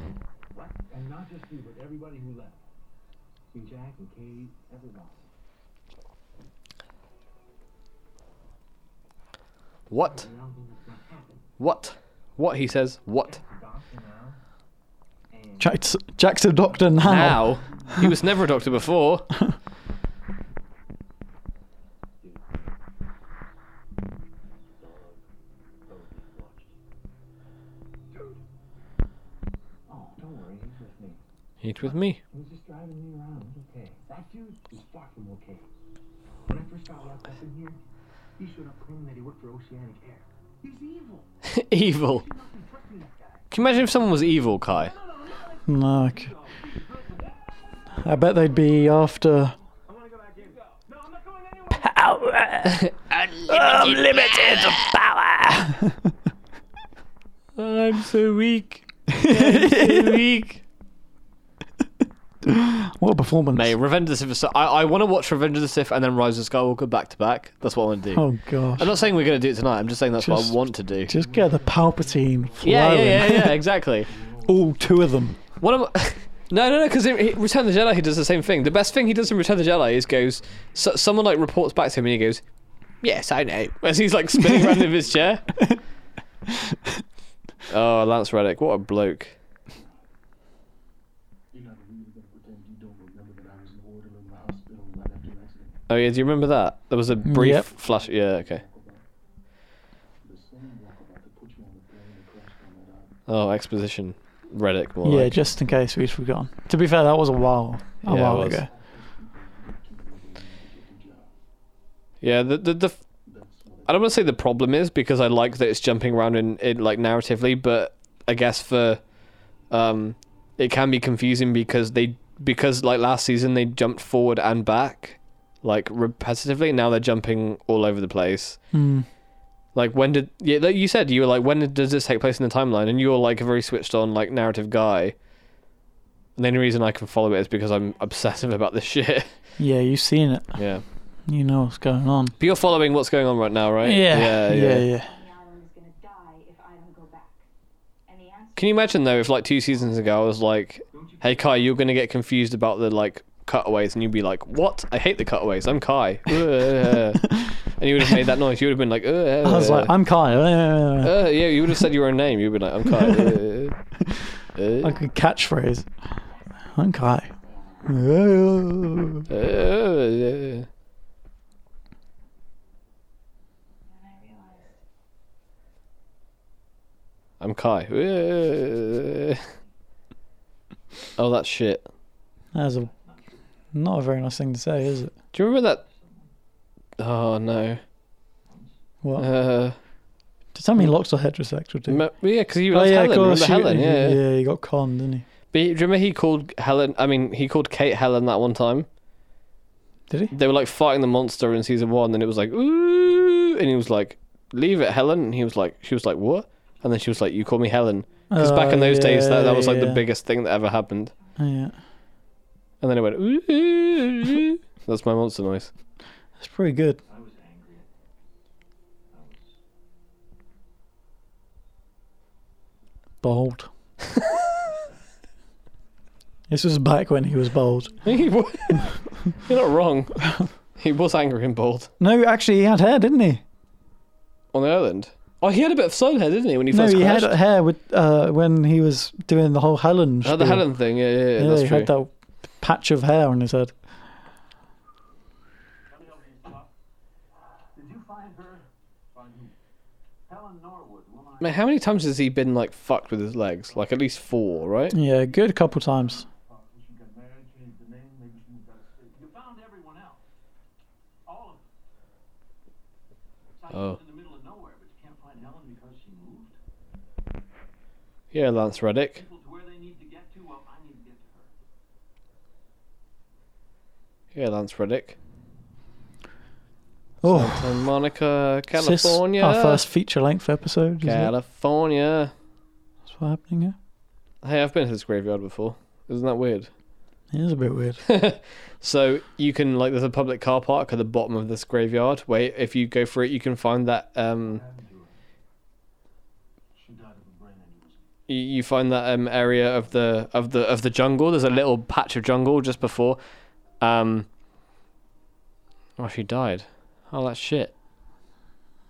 Speaker 5: What? And not just you, but everybody who left. See Jack and Kate, everybody.
Speaker 1: What?
Speaker 5: And I don't think it's gonna happen.
Speaker 1: What? What? He says, what?
Speaker 5: Doctor now. And
Speaker 2: Jack's, Jack's a doctor now.
Speaker 1: Now? He was never a doctor before.
Speaker 5: oh, don't worry, he's with me.
Speaker 1: Eat with me. <laughs>
Speaker 5: He was just driving me around. He's okay. That dude is fucking okay. When I first got locked up in here, he showed up claiming that he worked for Oceanic Air. He's evil.
Speaker 1: evil.
Speaker 5: You mustn't trust me, that guy.
Speaker 1: Can you imagine if someone was evil, Kai?
Speaker 2: No, okay. I bet they'd be after.
Speaker 5: I'm gonna go back in.
Speaker 3: No, I'm not going anywhere.
Speaker 2: Out Unlimited power.
Speaker 1: I'm so weak. I'm <laughs> so weak.
Speaker 2: what a performance!
Speaker 1: Mate, Revenge of the Sith. Is so, I, I want to watch Revenge of the Sith and then Rise of Skywalker back to back. That's what I want to do.
Speaker 2: Oh gosh!
Speaker 1: I'm not saying we're going to do it tonight. I'm just saying that's what
Speaker 2: Just-
Speaker 1: I want to do.
Speaker 2: Just get the Palpatine flowing.
Speaker 1: yeah, yeah, yeah,
Speaker 2: <laughs>
Speaker 1: yeah, exactly.
Speaker 2: All two of them.
Speaker 1: What am I- <laughs> No, no, no, because in he- Return of the Jedi, he does the same thing. The best thing he does in Return of the Jedi is goes, so, someone like reports back to him and he goes, Yes, I know. <laughs> As he's like spinning around in his
Speaker 2: <laughs>
Speaker 1: chair. Oh, Lance Reddick, what a bloke.
Speaker 6: You're not really gonna pretend you don't remember that I was an order in the hospital right after an accident.
Speaker 1: Oh, yeah, do you remember that? There was a brief
Speaker 2: yep.
Speaker 1: flash. Yeah, okay.
Speaker 6: The same walkabout that put you on the plane and crashed on that island.
Speaker 1: Oh, exposition. Reddick, more
Speaker 2: yeah,
Speaker 1: like.
Speaker 2: just in case we've forgotten. To be fair, that was a while, a
Speaker 1: Yeah, it
Speaker 2: while
Speaker 1: was.
Speaker 2: ago.
Speaker 1: Yeah, the the, the I don't want to say the problem is because I like that it's jumping around in, in like narratively, but I guess for um it can be confusing because they because like last season they jumped forward and back like repetitively. Now they're jumping all over the place.
Speaker 2: Hmm.
Speaker 1: Like when did yeah like you said you were like when did, does this take place in the timeline? And you're like a very switched on like narrative guy. And the only reason I can follow it is because I'm obsessive <laughs> about this
Speaker 2: <laughs>
Speaker 1: shit.
Speaker 2: Yeah, you've seen it.
Speaker 1: yeah.
Speaker 2: You know what's going on.
Speaker 1: But you're following what's going on right now, right?
Speaker 2: Yeah, yeah, yeah.
Speaker 7: the island is gonna die if I don't go back. And the answer
Speaker 1: Can you imagine though if like two seasons ago I was like, "Hey Kai, you're gonna get confused about the like cutaways," and you'd be like, "What? I hate the cutaways. I'm Kai," <laughs> Ugh. and you would have made that noise. You would have been like, Ugh.
Speaker 2: I was like, I'm Kai. Uh,
Speaker 1: Uh, yeah, you would have said your own name. You'd been like, "I'm Kai." Uh.
Speaker 2: <laughs>
Speaker 1: Ugh.
Speaker 2: like a catchphrase. I'm Kai.
Speaker 1: Ugh. Uh. Ugh.
Speaker 7: and I realized
Speaker 1: I'm Kai. Ugh. Oh, that shit.
Speaker 2: That's a not a very nice thing to say, is it?
Speaker 1: Do you remember that? Oh no.
Speaker 2: What?
Speaker 1: Uh,
Speaker 2: Does that mean locks are heterosexual too?
Speaker 1: me- yeah, because
Speaker 2: Oh,
Speaker 1: you were Hmm. Helen. remember
Speaker 2: she-
Speaker 1: Helen? yeah.
Speaker 2: yeah, he got conned, didn't he?
Speaker 1: But he- do you remember he called Helen? I mean, he called Kate Helen that one time.
Speaker 2: Did he?
Speaker 1: They were like fighting the monster in season one, and it was like ooh, and he was like, "Leave it, Helen." And he was like, "She was like what?" And then she was like, "You call me Helen," because back
Speaker 2: Oh,
Speaker 1: in those days, that, that was like the
Speaker 2: yeah.
Speaker 1: biggest thing that ever happened.
Speaker 2: Oh, Yeah,
Speaker 1: And then it went ooh. That's my monster noise. <laughs>
Speaker 2: that's pretty good.
Speaker 4: I was angry. I was
Speaker 2: Bold. <laughs> this was back when he was bold.
Speaker 1: He wa- <laughs> You're not wrong. <laughs> He was angry and bald
Speaker 2: No, actually, he had hair, didn't he?
Speaker 1: on the island. Oh, he had a bit of sun hair, didn't he, when he
Speaker 2: no,
Speaker 1: first
Speaker 2: he
Speaker 1: crashed?
Speaker 2: had hair with uh, when he was doing the whole Helen.
Speaker 1: Oh, the
Speaker 2: spiel.
Speaker 1: Helen thing. Yeah, yeah, yeah,
Speaker 2: Yeah,
Speaker 1: that's
Speaker 2: he
Speaker 1: true.
Speaker 2: had that patch of hair on his head.
Speaker 5: Did you find her? Find who? Helen Norwood, woman I
Speaker 1: Man, how many times has he been like fucked with his legs? Like at least four, right?
Speaker 2: Yeah, a good couple times.
Speaker 6: Thought we should get married, change the name, maybe she moved out of state.
Speaker 5: You found everyone else. All of them. It's like
Speaker 1: Oh.
Speaker 5: in the middle of nowhere, but you can't find Helen because she moved.
Speaker 1: Yeah, Lance Reddick.
Speaker 5: People to where they need to get to, well, I need to get to her.
Speaker 1: Yeah, Lance Reddick.
Speaker 2: Oh,
Speaker 1: Santa Monica,
Speaker 2: is this
Speaker 1: California.
Speaker 2: our first feature-length episode. Is it?
Speaker 1: California.
Speaker 2: That's what's happening here.
Speaker 1: Hey, I've been to this graveyard before. Isn't that weird?
Speaker 2: It is a bit
Speaker 1: <laughs>
Speaker 2: weird.
Speaker 1: So you can like there's a public car park at the bottom of this graveyard where if you go for it you can find that um
Speaker 6: She died of a brain aneurysm.
Speaker 1: you, you find that um area of the of the of the jungle. There's a little patch of jungle just before um Oh she died. Oh that shit.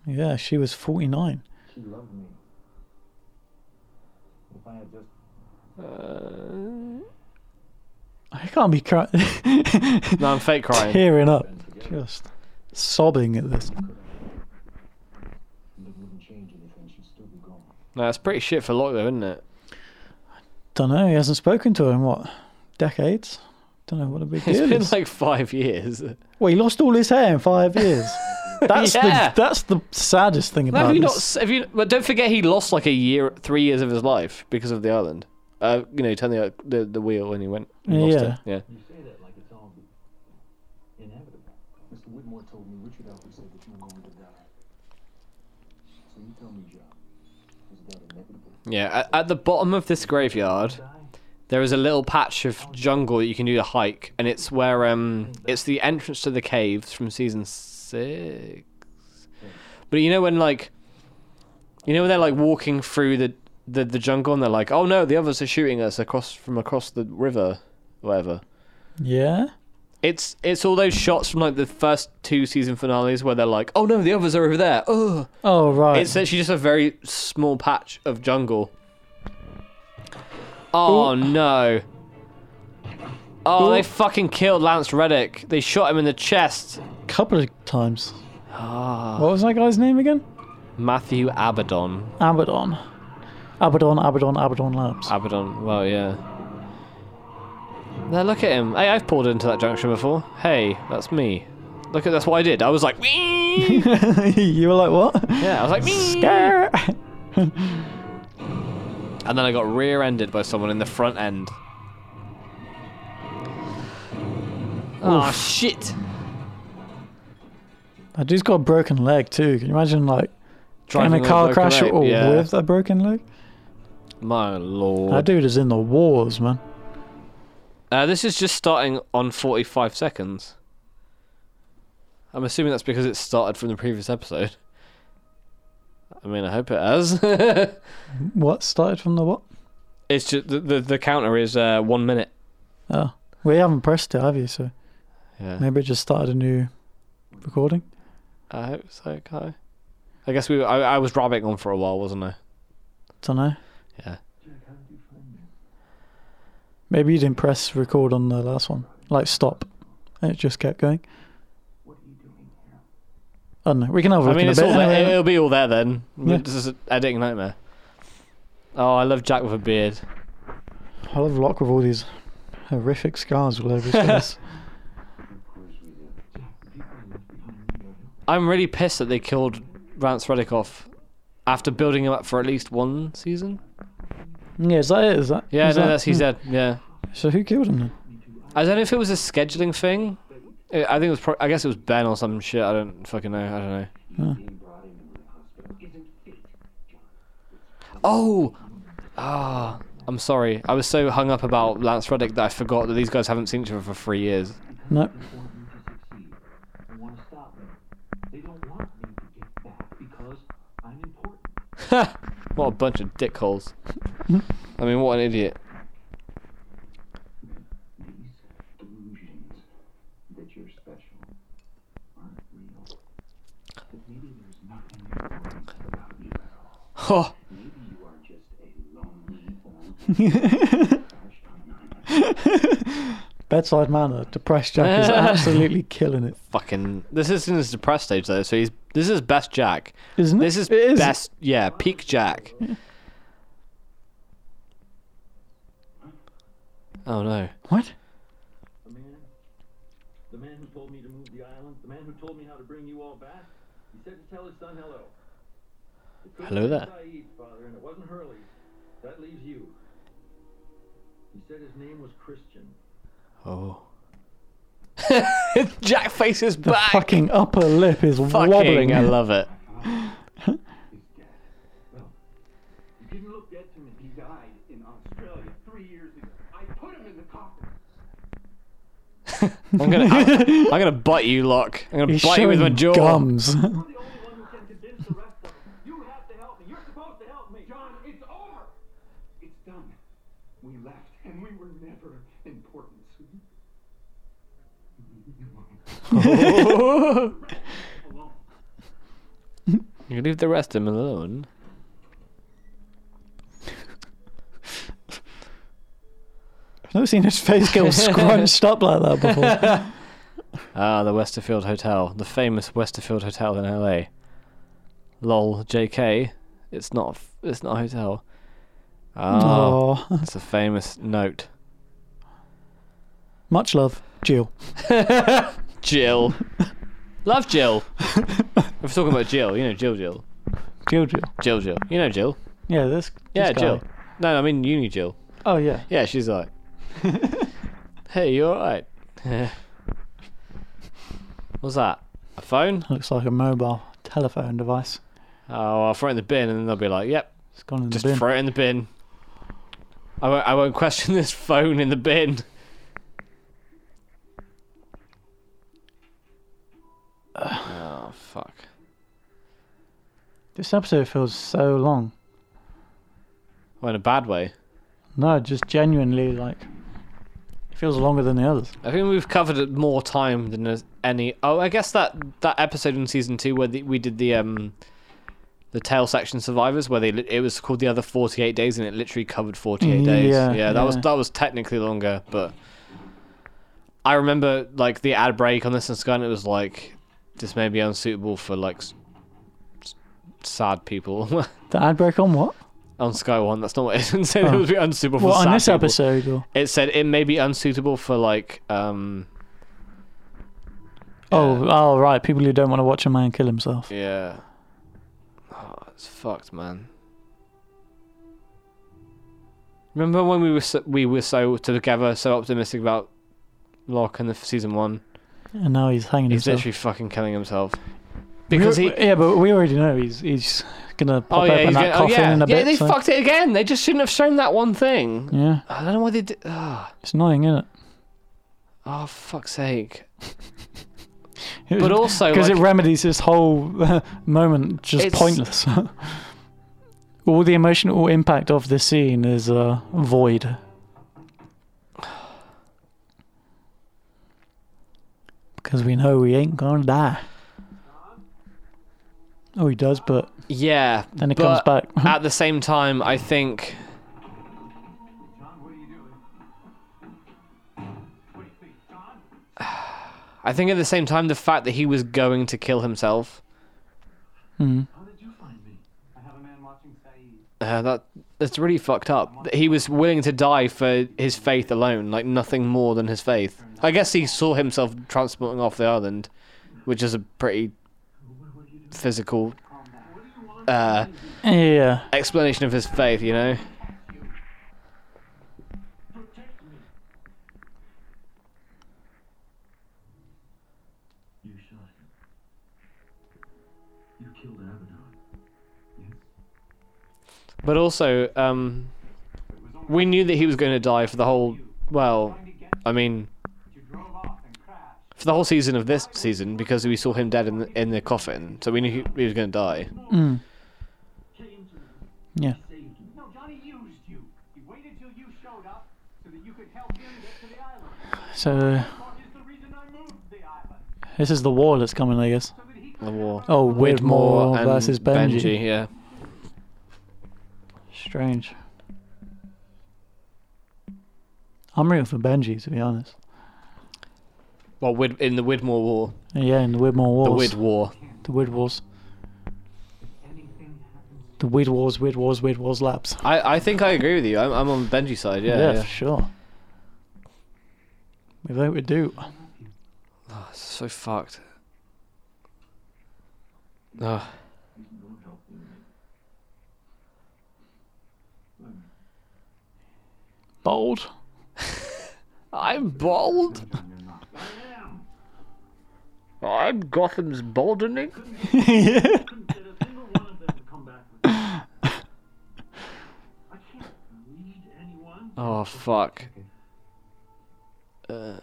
Speaker 2: yeah, she was 49.
Speaker 4: She loved me. If I had just
Speaker 2: Uh, I can't be crying,
Speaker 1: No,
Speaker 2: <laughs>
Speaker 1: I'm fake crying.
Speaker 2: tearing up, just sobbing at this.
Speaker 6: It wouldn't change anything, she'd still be gone.
Speaker 1: No, it's pretty shit for Locke though, isn't it? <laughs>
Speaker 2: Don't know. He hasn't spoken to her in what decades. Don't know what a big
Speaker 1: It's
Speaker 2: deal
Speaker 1: been
Speaker 2: is.
Speaker 1: like five years. <laughs>
Speaker 2: well, he lost all his hair in five years. That's
Speaker 1: Yeah.
Speaker 2: the that's the saddest thing about
Speaker 1: have you
Speaker 2: this.
Speaker 1: not? s- Have you? But don't forget, he lost like a year, three years of his life because of the island. Uh, you know, he turned the the, the wheel and he went. and lost
Speaker 2: Yeah.
Speaker 1: it. yeah.
Speaker 4: You say that like it's all inevitable.
Speaker 6: Mr. Mr. Whitmore told me Richard Alford said that you were going to die. So you tell me, John, is that inevitable?
Speaker 1: Yeah, at, at the bottom of this graveyard, there is a little patch of jungle that you can do to hike, and it's where um, it's the entrance to the caves from season six. But you know when like, you know when they're like walking through the the, the jungle and they're like, oh no, the others are shooting us across from across the river, whatever.
Speaker 2: Yeah.
Speaker 1: It's it's all those shots from like the first two season finales where they're like, oh no, the others are over there. Ugh.
Speaker 2: Oh right.
Speaker 1: It's actually just a very small patch of jungle. Oh no. Oh, they fucking killed Lance Reddick. They shot him in the chest.
Speaker 2: couple of times.
Speaker 1: Ah.
Speaker 2: What was that guy's name again?
Speaker 1: Matthew Abaddon.
Speaker 2: Abaddon. Abaddon, Abaddon, Abaddon Labs.
Speaker 1: Abaddon, well, yeah. Now look at him. Hey, I've pulled into that junction before. Hey, that's me. Look at that's what I did. I was like, "Wee!"
Speaker 2: <laughs> you were like,
Speaker 1: <laughs>
Speaker 2: what?
Speaker 1: yeah, I was like, "Wee!"
Speaker 2: Skrrr.
Speaker 1: and then I got rear-ended by someone in the front end. Oh shit!
Speaker 2: that dude's got a broken leg too. Can you imagine like in a
Speaker 1: with
Speaker 2: car
Speaker 1: broken
Speaker 2: crash
Speaker 1: leg,
Speaker 2: or
Speaker 1: yeah.
Speaker 2: with a broken leg?
Speaker 1: My lord.
Speaker 2: That dude is in the wars, man.
Speaker 1: Uh, this is just starting on 45 seconds. I'm assuming that's because it started from the previous episode. I mean, I hope it has. <laughs>
Speaker 2: What started from the what?
Speaker 1: it's just the, the the counter is uh, one minute.
Speaker 2: Oh, we haven't pressed it, have you? So
Speaker 1: Yeah,
Speaker 2: maybe it just started a new recording.
Speaker 1: I hope so, Kai. I guess we. were- I, I was rabbiting on for a while, wasn't I?
Speaker 2: Don't know.
Speaker 1: Yeah.
Speaker 6: Jack, how did you find me?
Speaker 2: Maybe you didn't press record on the last one, like stop, and it just kept going.
Speaker 6: What are you doing here?
Speaker 2: I don't know. We can have a
Speaker 1: I
Speaker 2: look
Speaker 1: mean,
Speaker 2: in a
Speaker 1: it's
Speaker 2: bit.
Speaker 1: all there.
Speaker 2: anyway.
Speaker 1: It'll be all there then.
Speaker 2: Yeah.
Speaker 1: This is an editing nightmare. Oh, I love Jack with a beard.
Speaker 2: I love Locke with all these horrific scars
Speaker 1: <laughs>
Speaker 2: all over his face.
Speaker 6: Of course we did. Jack, the people you left behind in your house.
Speaker 1: I'm really pissed that they killed Rance Reddick off after building him up for at least one season.
Speaker 2: yeah, is that it? Is that?
Speaker 1: Yeah,
Speaker 2: is
Speaker 1: no,
Speaker 2: that-
Speaker 1: that's he's
Speaker 2: hmm.
Speaker 1: dead. Yeah,
Speaker 2: So who killed him then?
Speaker 1: I don't know if it was a scheduling thing. I I think it was. Pro- I guess it was Ben or some shit. I don't fucking know. I don't know.
Speaker 4: He brought him into the hospital.
Speaker 1: Oh, ah, I'm sorry. I was so hung up about Lance Reddick that I forgot that these guys haven't seen each other for three years. <laughs>
Speaker 2: No.
Speaker 4: want me to succeed. They want to stop me. They don't want me to get back because I'm important.
Speaker 1: What a bunch of dickholes. I mean, what an idiot. <laughs>
Speaker 6: These delusions that you're special aren't real. That maybe there's nothing important about you at all.
Speaker 1: Huh.
Speaker 6: Maybe you are just a lonely old
Speaker 1: <laughs> Hmm.
Speaker 6: crashed on nine.
Speaker 2: Oh. <laughs> Bedside manner,
Speaker 1: <laughs>
Speaker 2: depressed Jack is absolutely killing it,
Speaker 1: Fucking. This is in his depressed stage though, so he's. This is best Jack.
Speaker 2: isn't it?
Speaker 1: This is
Speaker 2: It is.
Speaker 1: best. Yeah, peak Jack. Oh no.
Speaker 2: What?
Speaker 4: The man, the man who told me to move the island, the man who told me how to bring you all back, he said to tell his son hello. It couldn't
Speaker 1: Hello
Speaker 4: be
Speaker 1: there.
Speaker 4: Saeed's father, and it wasn't Hurley's. That leaves you. He said his name was Christian.
Speaker 1: Oh. <laughs> Jack faces
Speaker 2: The
Speaker 1: back.
Speaker 2: fucking upper lip is
Speaker 1: Fucking,
Speaker 2: wobbling.
Speaker 1: I love it.
Speaker 6: He's dead. Well, you didn't look dead to me. He died in Australia three years ago. I put him in the coffin.
Speaker 1: I'm gonna, I'm, I'm gonna bite you, Locke. I'm gonna
Speaker 2: He's
Speaker 1: bite you with my
Speaker 2: showing
Speaker 1: jaw. <laughs>
Speaker 2: gums.
Speaker 4: You're the only one who can convince the rest of them. You have to help me. You're supposed to help me. John, it's over.
Speaker 6: It's done. We left, and we were never important. So you- leave me alone.
Speaker 1: You leave the rest of him alone.
Speaker 2: I've never seen his face get all scrunched up like that before.
Speaker 1: Ah, the Westerfield Hotel, the famous Westerfield Hotel in LA. Lol, J.K. It's not. a f- It's not a hotel. <laughs> Ah,
Speaker 2: Oh.
Speaker 1: it's a famous note.
Speaker 2: Much love, Jill. <laughs>
Speaker 1: Jill. Love Jill. if we're talking about Jill, you know Jill Jill.
Speaker 2: Jill, Jill.
Speaker 1: Jill Jill. You know Jill.
Speaker 2: Yeah, this.
Speaker 1: Yeah,
Speaker 2: this guy.
Speaker 1: Jill. No, I mean uni Jill.
Speaker 2: Oh yeah.
Speaker 1: Yeah, she's
Speaker 2: <laughs>
Speaker 1: like Hey, you alright? What's that? A phone?
Speaker 2: Looks like a mobile telephone device.
Speaker 1: Oh, I'll throw it in the bin, and then they'll be like, "Yep,
Speaker 2: It's gone in
Speaker 1: just
Speaker 2: the bin.
Speaker 1: throw it in the bin." I won't, I won't question this phone in the
Speaker 2: <laughs>
Speaker 1: bin. oh fuck!
Speaker 2: This episode feels so long.
Speaker 1: Well, in a bad way.
Speaker 2: No, just genuinely like it feels longer than the others.
Speaker 1: I think we've covered it more time than there's any. Oh, I guess that that episode in season two where the, we did the um the tail section survivors where they li- it was called the other forty eight days and it literally covered forty eight days.
Speaker 2: Mm, Yeah,
Speaker 1: Yeah, that was
Speaker 2: yeah.
Speaker 1: that was technically longer, but I remember like the ad break on this and Sky and it was like this may be unsuitable for like s- s- sad people <laughs>
Speaker 2: The ad break on what?
Speaker 1: on Sky One. That's not what it <laughs> said. It would be unsuitable for
Speaker 2: Well,
Speaker 1: sad
Speaker 2: on this
Speaker 1: people.
Speaker 2: episode or
Speaker 1: It said it may be unsuitable for like um
Speaker 2: oh, oh right, people who don't want to watch a man kill himself.
Speaker 1: Yeah. Oh, it's fucked, man. Remember when we were so, we were so together, so optimistic about Locke in the f- season one?
Speaker 2: And now he's hanging
Speaker 1: He's
Speaker 2: himself.
Speaker 1: literally fucking killing himself
Speaker 2: We
Speaker 1: because
Speaker 2: al-
Speaker 1: he.
Speaker 2: yeah, but we already know he's he's gonna pop
Speaker 1: Oh yeah,
Speaker 2: open
Speaker 1: he's
Speaker 2: that
Speaker 1: going, oh
Speaker 2: coffin
Speaker 1: yeah,
Speaker 2: in a
Speaker 1: yeah.
Speaker 2: bit.
Speaker 1: They
Speaker 2: so-
Speaker 1: fucked it again. They just shouldn't have shown that one thing.
Speaker 2: Yeah,
Speaker 1: I don't know why they did. ah.
Speaker 2: it's annoying, isn't it?
Speaker 1: Oh, fuck's sake!
Speaker 2: It <laughs>
Speaker 1: But also,
Speaker 2: because
Speaker 1: like,
Speaker 2: it remedies this whole <laughs> moment just
Speaker 1: It's-
Speaker 2: pointless. <laughs> All the emotional impact of this scene is uh, void. <sighs> Because we know we ain't gonna die. Oh, he does, but
Speaker 1: yeah.
Speaker 2: Then it
Speaker 1: but
Speaker 2: comes back. <laughs>
Speaker 1: at the same time, I think
Speaker 4: John, what are you doing? What do you think, John?
Speaker 1: I think at the same time the fact that he was going to kill himself
Speaker 2: Hmm.
Speaker 4: How did you find me?
Speaker 5: I have a man watching Saeed.
Speaker 1: Uh, that that's really fucked up. That He was willing to die for his faith alone, like nothing more than his faith. I guess he saw himself transporting off the island, which is a pretty physical uh,
Speaker 2: yeah,
Speaker 1: explanation of his faith, you know.
Speaker 4: You shot him. You killed Abaddon. Yes?
Speaker 1: But also, um, we knew that he was going to die for the whole. Well, I mean,
Speaker 5: You drove off and crashed.
Speaker 1: for the whole season of this season, because we saw him dead in the, in the coffin, so we knew he, he was going to die.
Speaker 2: mm.
Speaker 4: Came to me.
Speaker 2: yeah.
Speaker 4: Saved me.
Speaker 5: No, Johnny used you. He waited till you showed up so that you could help him get to the island.
Speaker 2: So
Speaker 5: That is the reason I moved to the island.
Speaker 2: this is the war that's coming, I guess.
Speaker 5: So that he
Speaker 1: The war.
Speaker 2: Oh, Widmore
Speaker 1: and
Speaker 2: versus Benji.
Speaker 1: Benji, yeah.
Speaker 2: Strange. I'm real for Benji, to be honest.
Speaker 1: Well, Wid- in the Widmore War.
Speaker 2: Yeah, in the Widmore
Speaker 1: The
Speaker 2: Wars.
Speaker 1: Wid War.
Speaker 2: The Wid Wars.
Speaker 5: anything happens
Speaker 2: The Wid Wars, Wid Wars, Wid Wars laps.
Speaker 1: I, I think I agree with you. I'm, I'm on Benji's side, yeah.
Speaker 2: yeah,
Speaker 1: yeah.
Speaker 2: for sure. We vote
Speaker 1: <laughs>
Speaker 2: we do.
Speaker 1: Oh, it's so fucked. Oh,
Speaker 6: You can go help me. Fine.
Speaker 2: Bold.
Speaker 1: I'm bold.
Speaker 6: You're not.
Speaker 1: I'm Gotham's boldening.
Speaker 2: yeah.
Speaker 4: couldn't get a single one of them to come back with me. I can't lead anyone.
Speaker 1: Oh, fuck. Uh,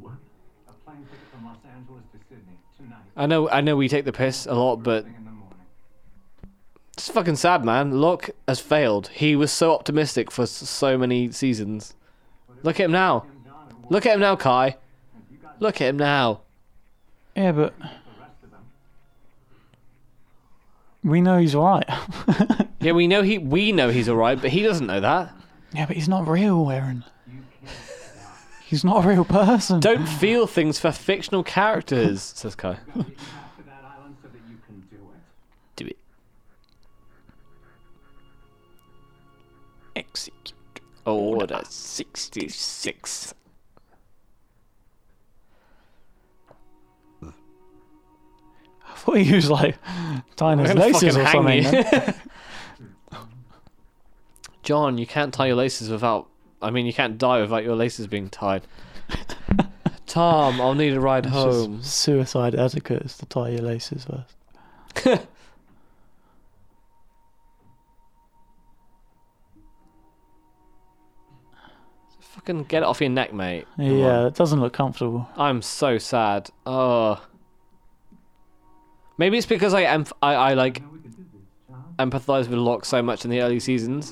Speaker 6: What?
Speaker 5: a plane ticket from Los Angeles to Sydney tonight.
Speaker 1: I know, I know we take the piss a lot, but
Speaker 5: In the morning.
Speaker 1: it's fucking sad, man. Locke has failed. He was so optimistic for s- so many seasons. Look at him now.
Speaker 5: Him, John, and
Speaker 1: Look at him now, Kai. Look at him now.
Speaker 2: Yeah, but
Speaker 5: the rest of them.
Speaker 2: we know he's right. <laughs>
Speaker 1: Yeah, we know he. We know he's alright, but he doesn't know that.
Speaker 2: yeah, but he's not real, Aaron. He's not a real person.
Speaker 1: Don't feel things for fictional <laughs> characters, says Kai.
Speaker 5: Gotta get you back to that island so that you can do it.
Speaker 1: Do it.
Speaker 2: execute.
Speaker 1: Order 66.
Speaker 2: <laughs> I thought he was like tying his
Speaker 1: We're gonna
Speaker 2: laces or
Speaker 1: fucking
Speaker 2: something.
Speaker 1: hang
Speaker 2: man.
Speaker 1: <laughs> John, you can't tie your laces without. I mean, you can't die without your laces being tied. Tom, I'll need a ride
Speaker 2: It's just
Speaker 1: home.
Speaker 2: Suicide etiquette is to tie your laces first.
Speaker 1: Fucking get it off your neck, mate. Come
Speaker 2: yeah,
Speaker 1: on.
Speaker 2: it doesn't look comfortable.
Speaker 1: I'm so sad. Oh. Maybe it's because I emph- I, I like empathize with Locke so much in the early seasons.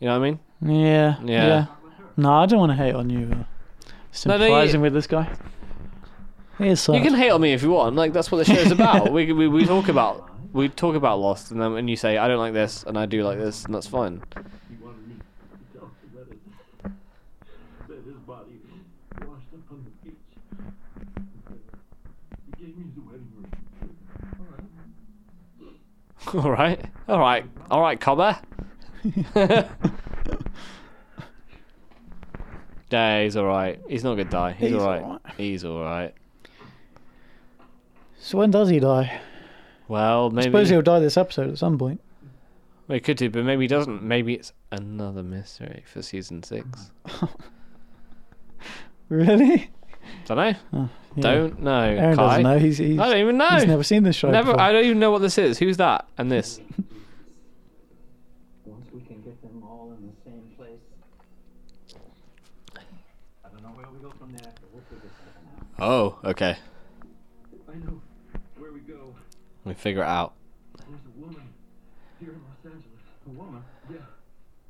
Speaker 1: You know what I mean?
Speaker 2: Yeah.
Speaker 1: Yeah.
Speaker 2: No, I don't want to hate on you.
Speaker 1: No,
Speaker 2: uh,
Speaker 1: no, you-
Speaker 2: Sympathizing with this guy. He is
Speaker 1: You
Speaker 2: sad. <laughs>
Speaker 1: can hate on me if you want. Like that's what the show's about. we, we we talk about we talk about Lost, and then and you say I don't like this, and I do like this, and that's fine. <laughs>
Speaker 4: You wanted <laughs> me to tell you that, it, that his body washed up on the beach. He gave me the wedding ring. All right.
Speaker 1: all right, all right, all right, Cobber. <laughs> yeah, he's all right. He's not gonna die. He's,
Speaker 2: He's
Speaker 1: all right.
Speaker 2: all right.
Speaker 1: He's all right.
Speaker 2: So when does he die?
Speaker 1: Well,
Speaker 2: I suppose he'll
Speaker 1: maybe
Speaker 2: die this episode at some point. <laughs>
Speaker 1: we could do, but maybe he doesn't. Maybe it's another mystery for season six.
Speaker 2: Really?
Speaker 1: Don't know.
Speaker 2: Uh, Yeah.
Speaker 1: Don't know.
Speaker 2: Aaron
Speaker 1: Kai.
Speaker 2: doesn't know. He's, he's,
Speaker 1: I don't even know.
Speaker 2: he's never seen this show.
Speaker 1: Never.
Speaker 2: before.
Speaker 1: I don't even know what this is. Who's that? And this.
Speaker 6: Once we can get them all in the same place. I don't know where we go from there, but we'll figure something out.
Speaker 1: Oh, okay.
Speaker 4: I know where we go.
Speaker 1: We figure it out.
Speaker 4: There's a woman here in Los Angeles. A woman? Yeah.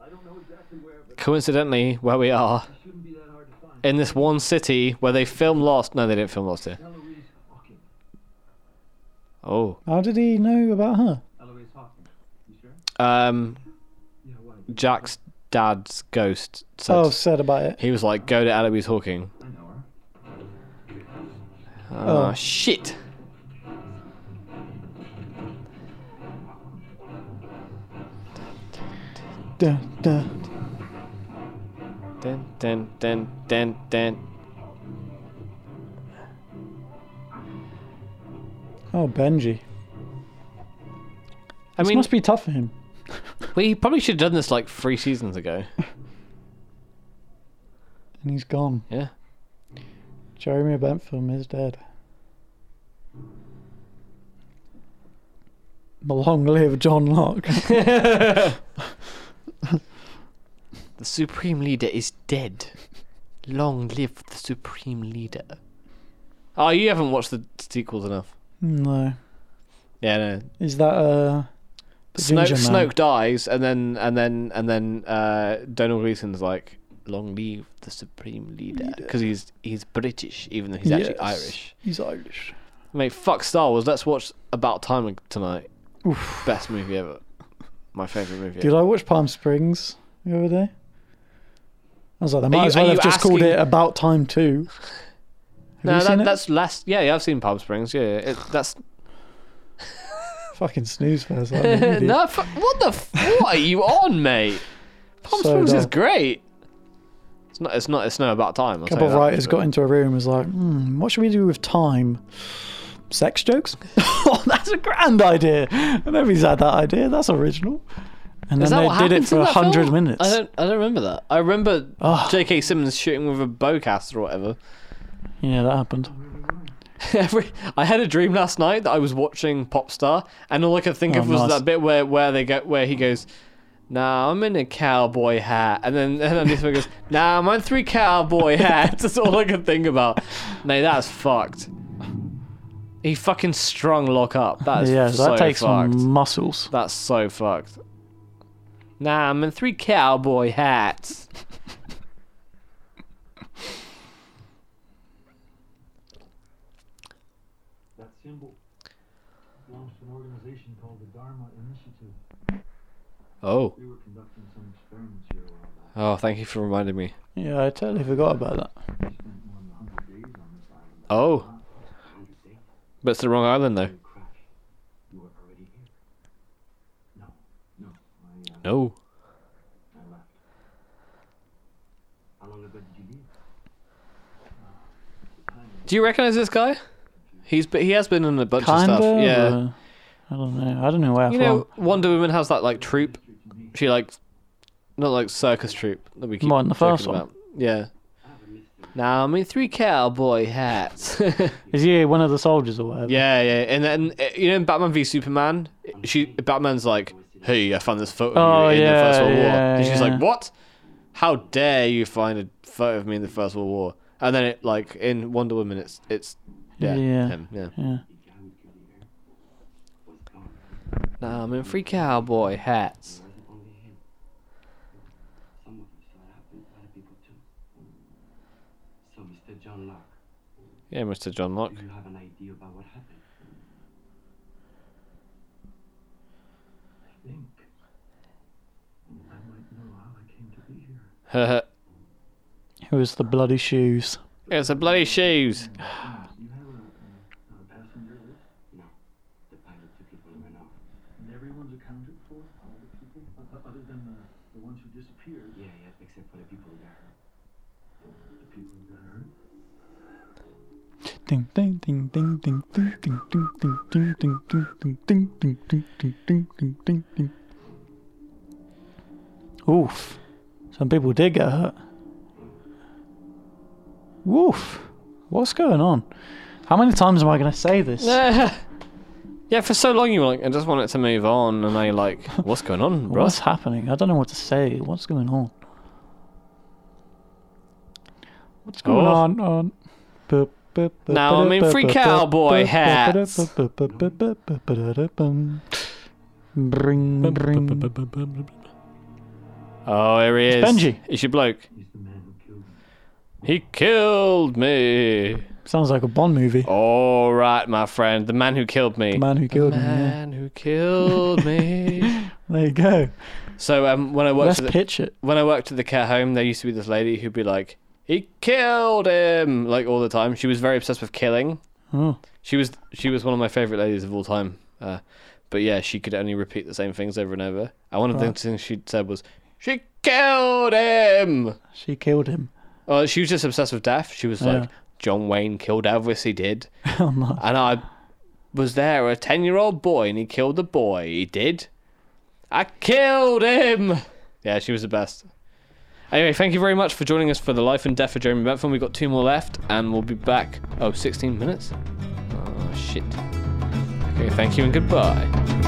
Speaker 4: I don't know exactly where, but
Speaker 1: Coincidentally, where we are
Speaker 4: it shouldn't be that hard to find.
Speaker 1: in this one city where they film Lost. No, they didn't film Lost here.
Speaker 4: Eloise Hawkins.
Speaker 1: Oh.
Speaker 2: How did he know about her?
Speaker 4: Eloise Hawkins. You sure?
Speaker 1: Um,
Speaker 4: Yeah, why?
Speaker 1: Jack's dad's ghost said
Speaker 2: Oh, said about it.
Speaker 1: he was like, "Go to Eloise Hawking."
Speaker 4: I know her.
Speaker 1: Oh
Speaker 2: Oh.
Speaker 1: Ah, shit.
Speaker 2: Duh, duh.
Speaker 1: Dun dun dun dun dun.
Speaker 2: Oh, Benji.
Speaker 1: I
Speaker 2: this
Speaker 1: mean,
Speaker 2: must be tough for him.
Speaker 1: we probably should have done this like three seasons ago.
Speaker 2: And he's gone.
Speaker 1: Yeah.
Speaker 2: Jeremy Bentham is dead. Long live John Locke.
Speaker 1: <laughs> The supreme leader is dead. Long live the supreme leader. Oh, you haven't watched the sequels enough.
Speaker 2: no.
Speaker 1: Yeah, no.
Speaker 2: Is that uh the
Speaker 1: Snoke,
Speaker 2: ginger man?
Speaker 1: Snoke dies, and then and then and then uh, Donald Gleason's like, "Long live the supreme leader," because he's he's British, even though he's actually
Speaker 2: Yes.
Speaker 1: Irish.
Speaker 2: He's Irish.
Speaker 1: Mate, fuck Star Wars. Let's watch About Time tonight. Best movie ever. My favorite movie.
Speaker 2: Did
Speaker 1: ever.
Speaker 2: I watch Palm Springs the other day? I was like, they might
Speaker 1: you-
Speaker 2: as well
Speaker 1: are
Speaker 2: have
Speaker 1: you
Speaker 2: just called
Speaker 1: asking-
Speaker 2: it About Time Too.
Speaker 1: <laughs>
Speaker 2: Have
Speaker 1: no,
Speaker 2: you seen
Speaker 1: that,
Speaker 2: it?
Speaker 1: that's last. Yeah, yeah, I've seen Palm Springs. Yeah, yeah. it,
Speaker 2: <laughs>
Speaker 1: that's
Speaker 2: fucking snooze
Speaker 1: <laughs>
Speaker 2: fest. like an idiot.
Speaker 1: no. Fu- what the? F- what are you on, mate? Palm
Speaker 2: So
Speaker 1: Springs is
Speaker 2: dumb.
Speaker 1: great. It's not. It's not. It's no about time. I'll tell
Speaker 2: couple
Speaker 1: you
Speaker 2: of
Speaker 1: that
Speaker 2: writers
Speaker 1: much,
Speaker 2: got
Speaker 1: but-
Speaker 2: into a room and was like, hmm, what should we do with time? Sex jokes? <laughs> oh, that's a grand idea. Nobody's had that idea. That's original. And
Speaker 1: Is that
Speaker 2: then they
Speaker 1: what
Speaker 2: did it
Speaker 1: happens in
Speaker 2: for a
Speaker 1: that
Speaker 2: 100
Speaker 1: film?
Speaker 2: minutes. Oh.
Speaker 1: I don't. I don't remember that. I remember
Speaker 2: Ugh.
Speaker 1: J.K. Simmons shooting with a bowcaster or whatever.
Speaker 2: Yeah, that happened.
Speaker 1: <laughs> Every, I had a dream last night that I was watching Popstar, and all I could think
Speaker 2: Oh,
Speaker 1: of was
Speaker 2: nice.
Speaker 1: that bit where, where they go where he goes, "Nah, I'm in a cowboy hat," and then <laughs> and then this one goes, "Nah, I'm on three cowboy
Speaker 2: <laughs>
Speaker 1: hats." <laughs> That's all I could think about. Mate, that's fucked. He fucking strung lock up. That is
Speaker 2: yeah,
Speaker 1: so
Speaker 2: that takes
Speaker 1: fucked.
Speaker 2: some muscles.
Speaker 1: That's so fucked. Nah, I'm in three cowboy hats.
Speaker 4: That symbol belongs to an organization called the Dharma Initiative.
Speaker 1: Oh.
Speaker 4: We were conducting some experiments here a while back.
Speaker 1: Oh, thank you for reminding me.
Speaker 2: Yeah, I totally forgot about that.
Speaker 4: We spent more than 100 days on this island.
Speaker 1: Oh, but it's the wrong island though.
Speaker 4: You crashed. You were already here. No, no. I, uh,
Speaker 1: No.
Speaker 4: I left. How long ago did you leave?
Speaker 8: Uh,
Speaker 1: Do you recognize this guy? He's be- he has been in a bunch
Speaker 2: Kind
Speaker 1: of
Speaker 2: of.
Speaker 1: stuff. Yeah.
Speaker 2: or- I don't know. I don't know where
Speaker 1: You
Speaker 2: from.
Speaker 1: know, Wonder Woman has that like troupe. She like, not like circus troupe that we keep.
Speaker 2: What, in the
Speaker 1: joking
Speaker 2: first one?
Speaker 1: about. Yeah. Now I'm in three cowboy hats. <laughs> yeah,
Speaker 2: Is he one of the soldiers or whatever?
Speaker 1: yeah. And then uh, you know, in Batman v Superman, she Batman's like, "Hey, I found this photo
Speaker 2: Oh,
Speaker 1: of you in the First
Speaker 2: yeah,
Speaker 1: World War,"
Speaker 2: yeah,
Speaker 1: and she's
Speaker 2: yeah.
Speaker 1: like, "What? How dare you find a photo of me in the First World War?" And then it like in Wonder Woman, it's it's yeah,
Speaker 2: Yeah.
Speaker 1: him, yeah.
Speaker 2: Yeah.
Speaker 1: Now I'm in three cowboy hats.
Speaker 8: Some of you saw it happen, other people too. So, Mr. John Locke,
Speaker 1: Yeah, Mr. John Locke.
Speaker 8: do you have an idea about what happened?
Speaker 4: I think I might know how I came to be here.
Speaker 1: it's
Speaker 2: It was the bloody shoes.
Speaker 1: the bloody shoes.
Speaker 8: <sighs>
Speaker 4: Do you have a, a, a passenger list?
Speaker 8: The pilot took it and ran off.
Speaker 4: And everyone's accounted for? All the people? O- Other than the, the ones who disappeared?
Speaker 8: Yeah, yeah, except for the people who got hurt.
Speaker 4: The people who got hurt?
Speaker 2: Ding ding ding ding ding ding ding ding ding ding ding ding ding ding ding ding ding ding ding ding ding. Oof. Some people did get hurt. Woof. What's going on? How many times am I gonna say this?
Speaker 1: yeah, for so long you were like, I just want it to move on, and now you're like, what's going on, bro?
Speaker 2: What's happening? I don't know what to say. What's going on? What's going
Speaker 1: Oh.
Speaker 2: on? on?
Speaker 1: Now I'm in free cowboy hats.
Speaker 2: Bring, bring.
Speaker 1: Oh, here he is.
Speaker 2: It's Benji.
Speaker 1: It's your bloke.
Speaker 4: He's the man who killed me.
Speaker 1: He killed me.
Speaker 2: Sounds like a Bond movie.
Speaker 1: Oh, All right, my friend. The man who killed me.
Speaker 2: The man who killed him. Yeah.
Speaker 1: Man who killed me.
Speaker 2: There you go.
Speaker 1: so um, when I worked
Speaker 2: Let's
Speaker 1: at the,
Speaker 2: pitch it.
Speaker 1: when I worked at the care home, there used to be this lady who'd be like, "He killed him!" like all the time. She was very obsessed with killing.
Speaker 2: Oh.
Speaker 1: She was she was one of my favorite ladies of all time. Uh, but yeah, she could only repeat the same things over and over. And one of the
Speaker 2: Right.
Speaker 1: things she said was, "She killed him."
Speaker 2: She killed him. <laughs>
Speaker 1: Oh, she was just obsessed with death. She was
Speaker 2: Yeah.
Speaker 1: like, "John Wayne killed Elvis. He did."
Speaker 2: Oh, no.
Speaker 1: And I was there, a ten-year-old boy, and he killed the boy. He did. I killed him. Yeah, she was the best. Anyway, thank you very much for joining us for the life and death of Jeremy Bentham. We've got two more left, and we'll be back. Oh, 16 minutes? Oh, shit. Okay, thank you and goodbye.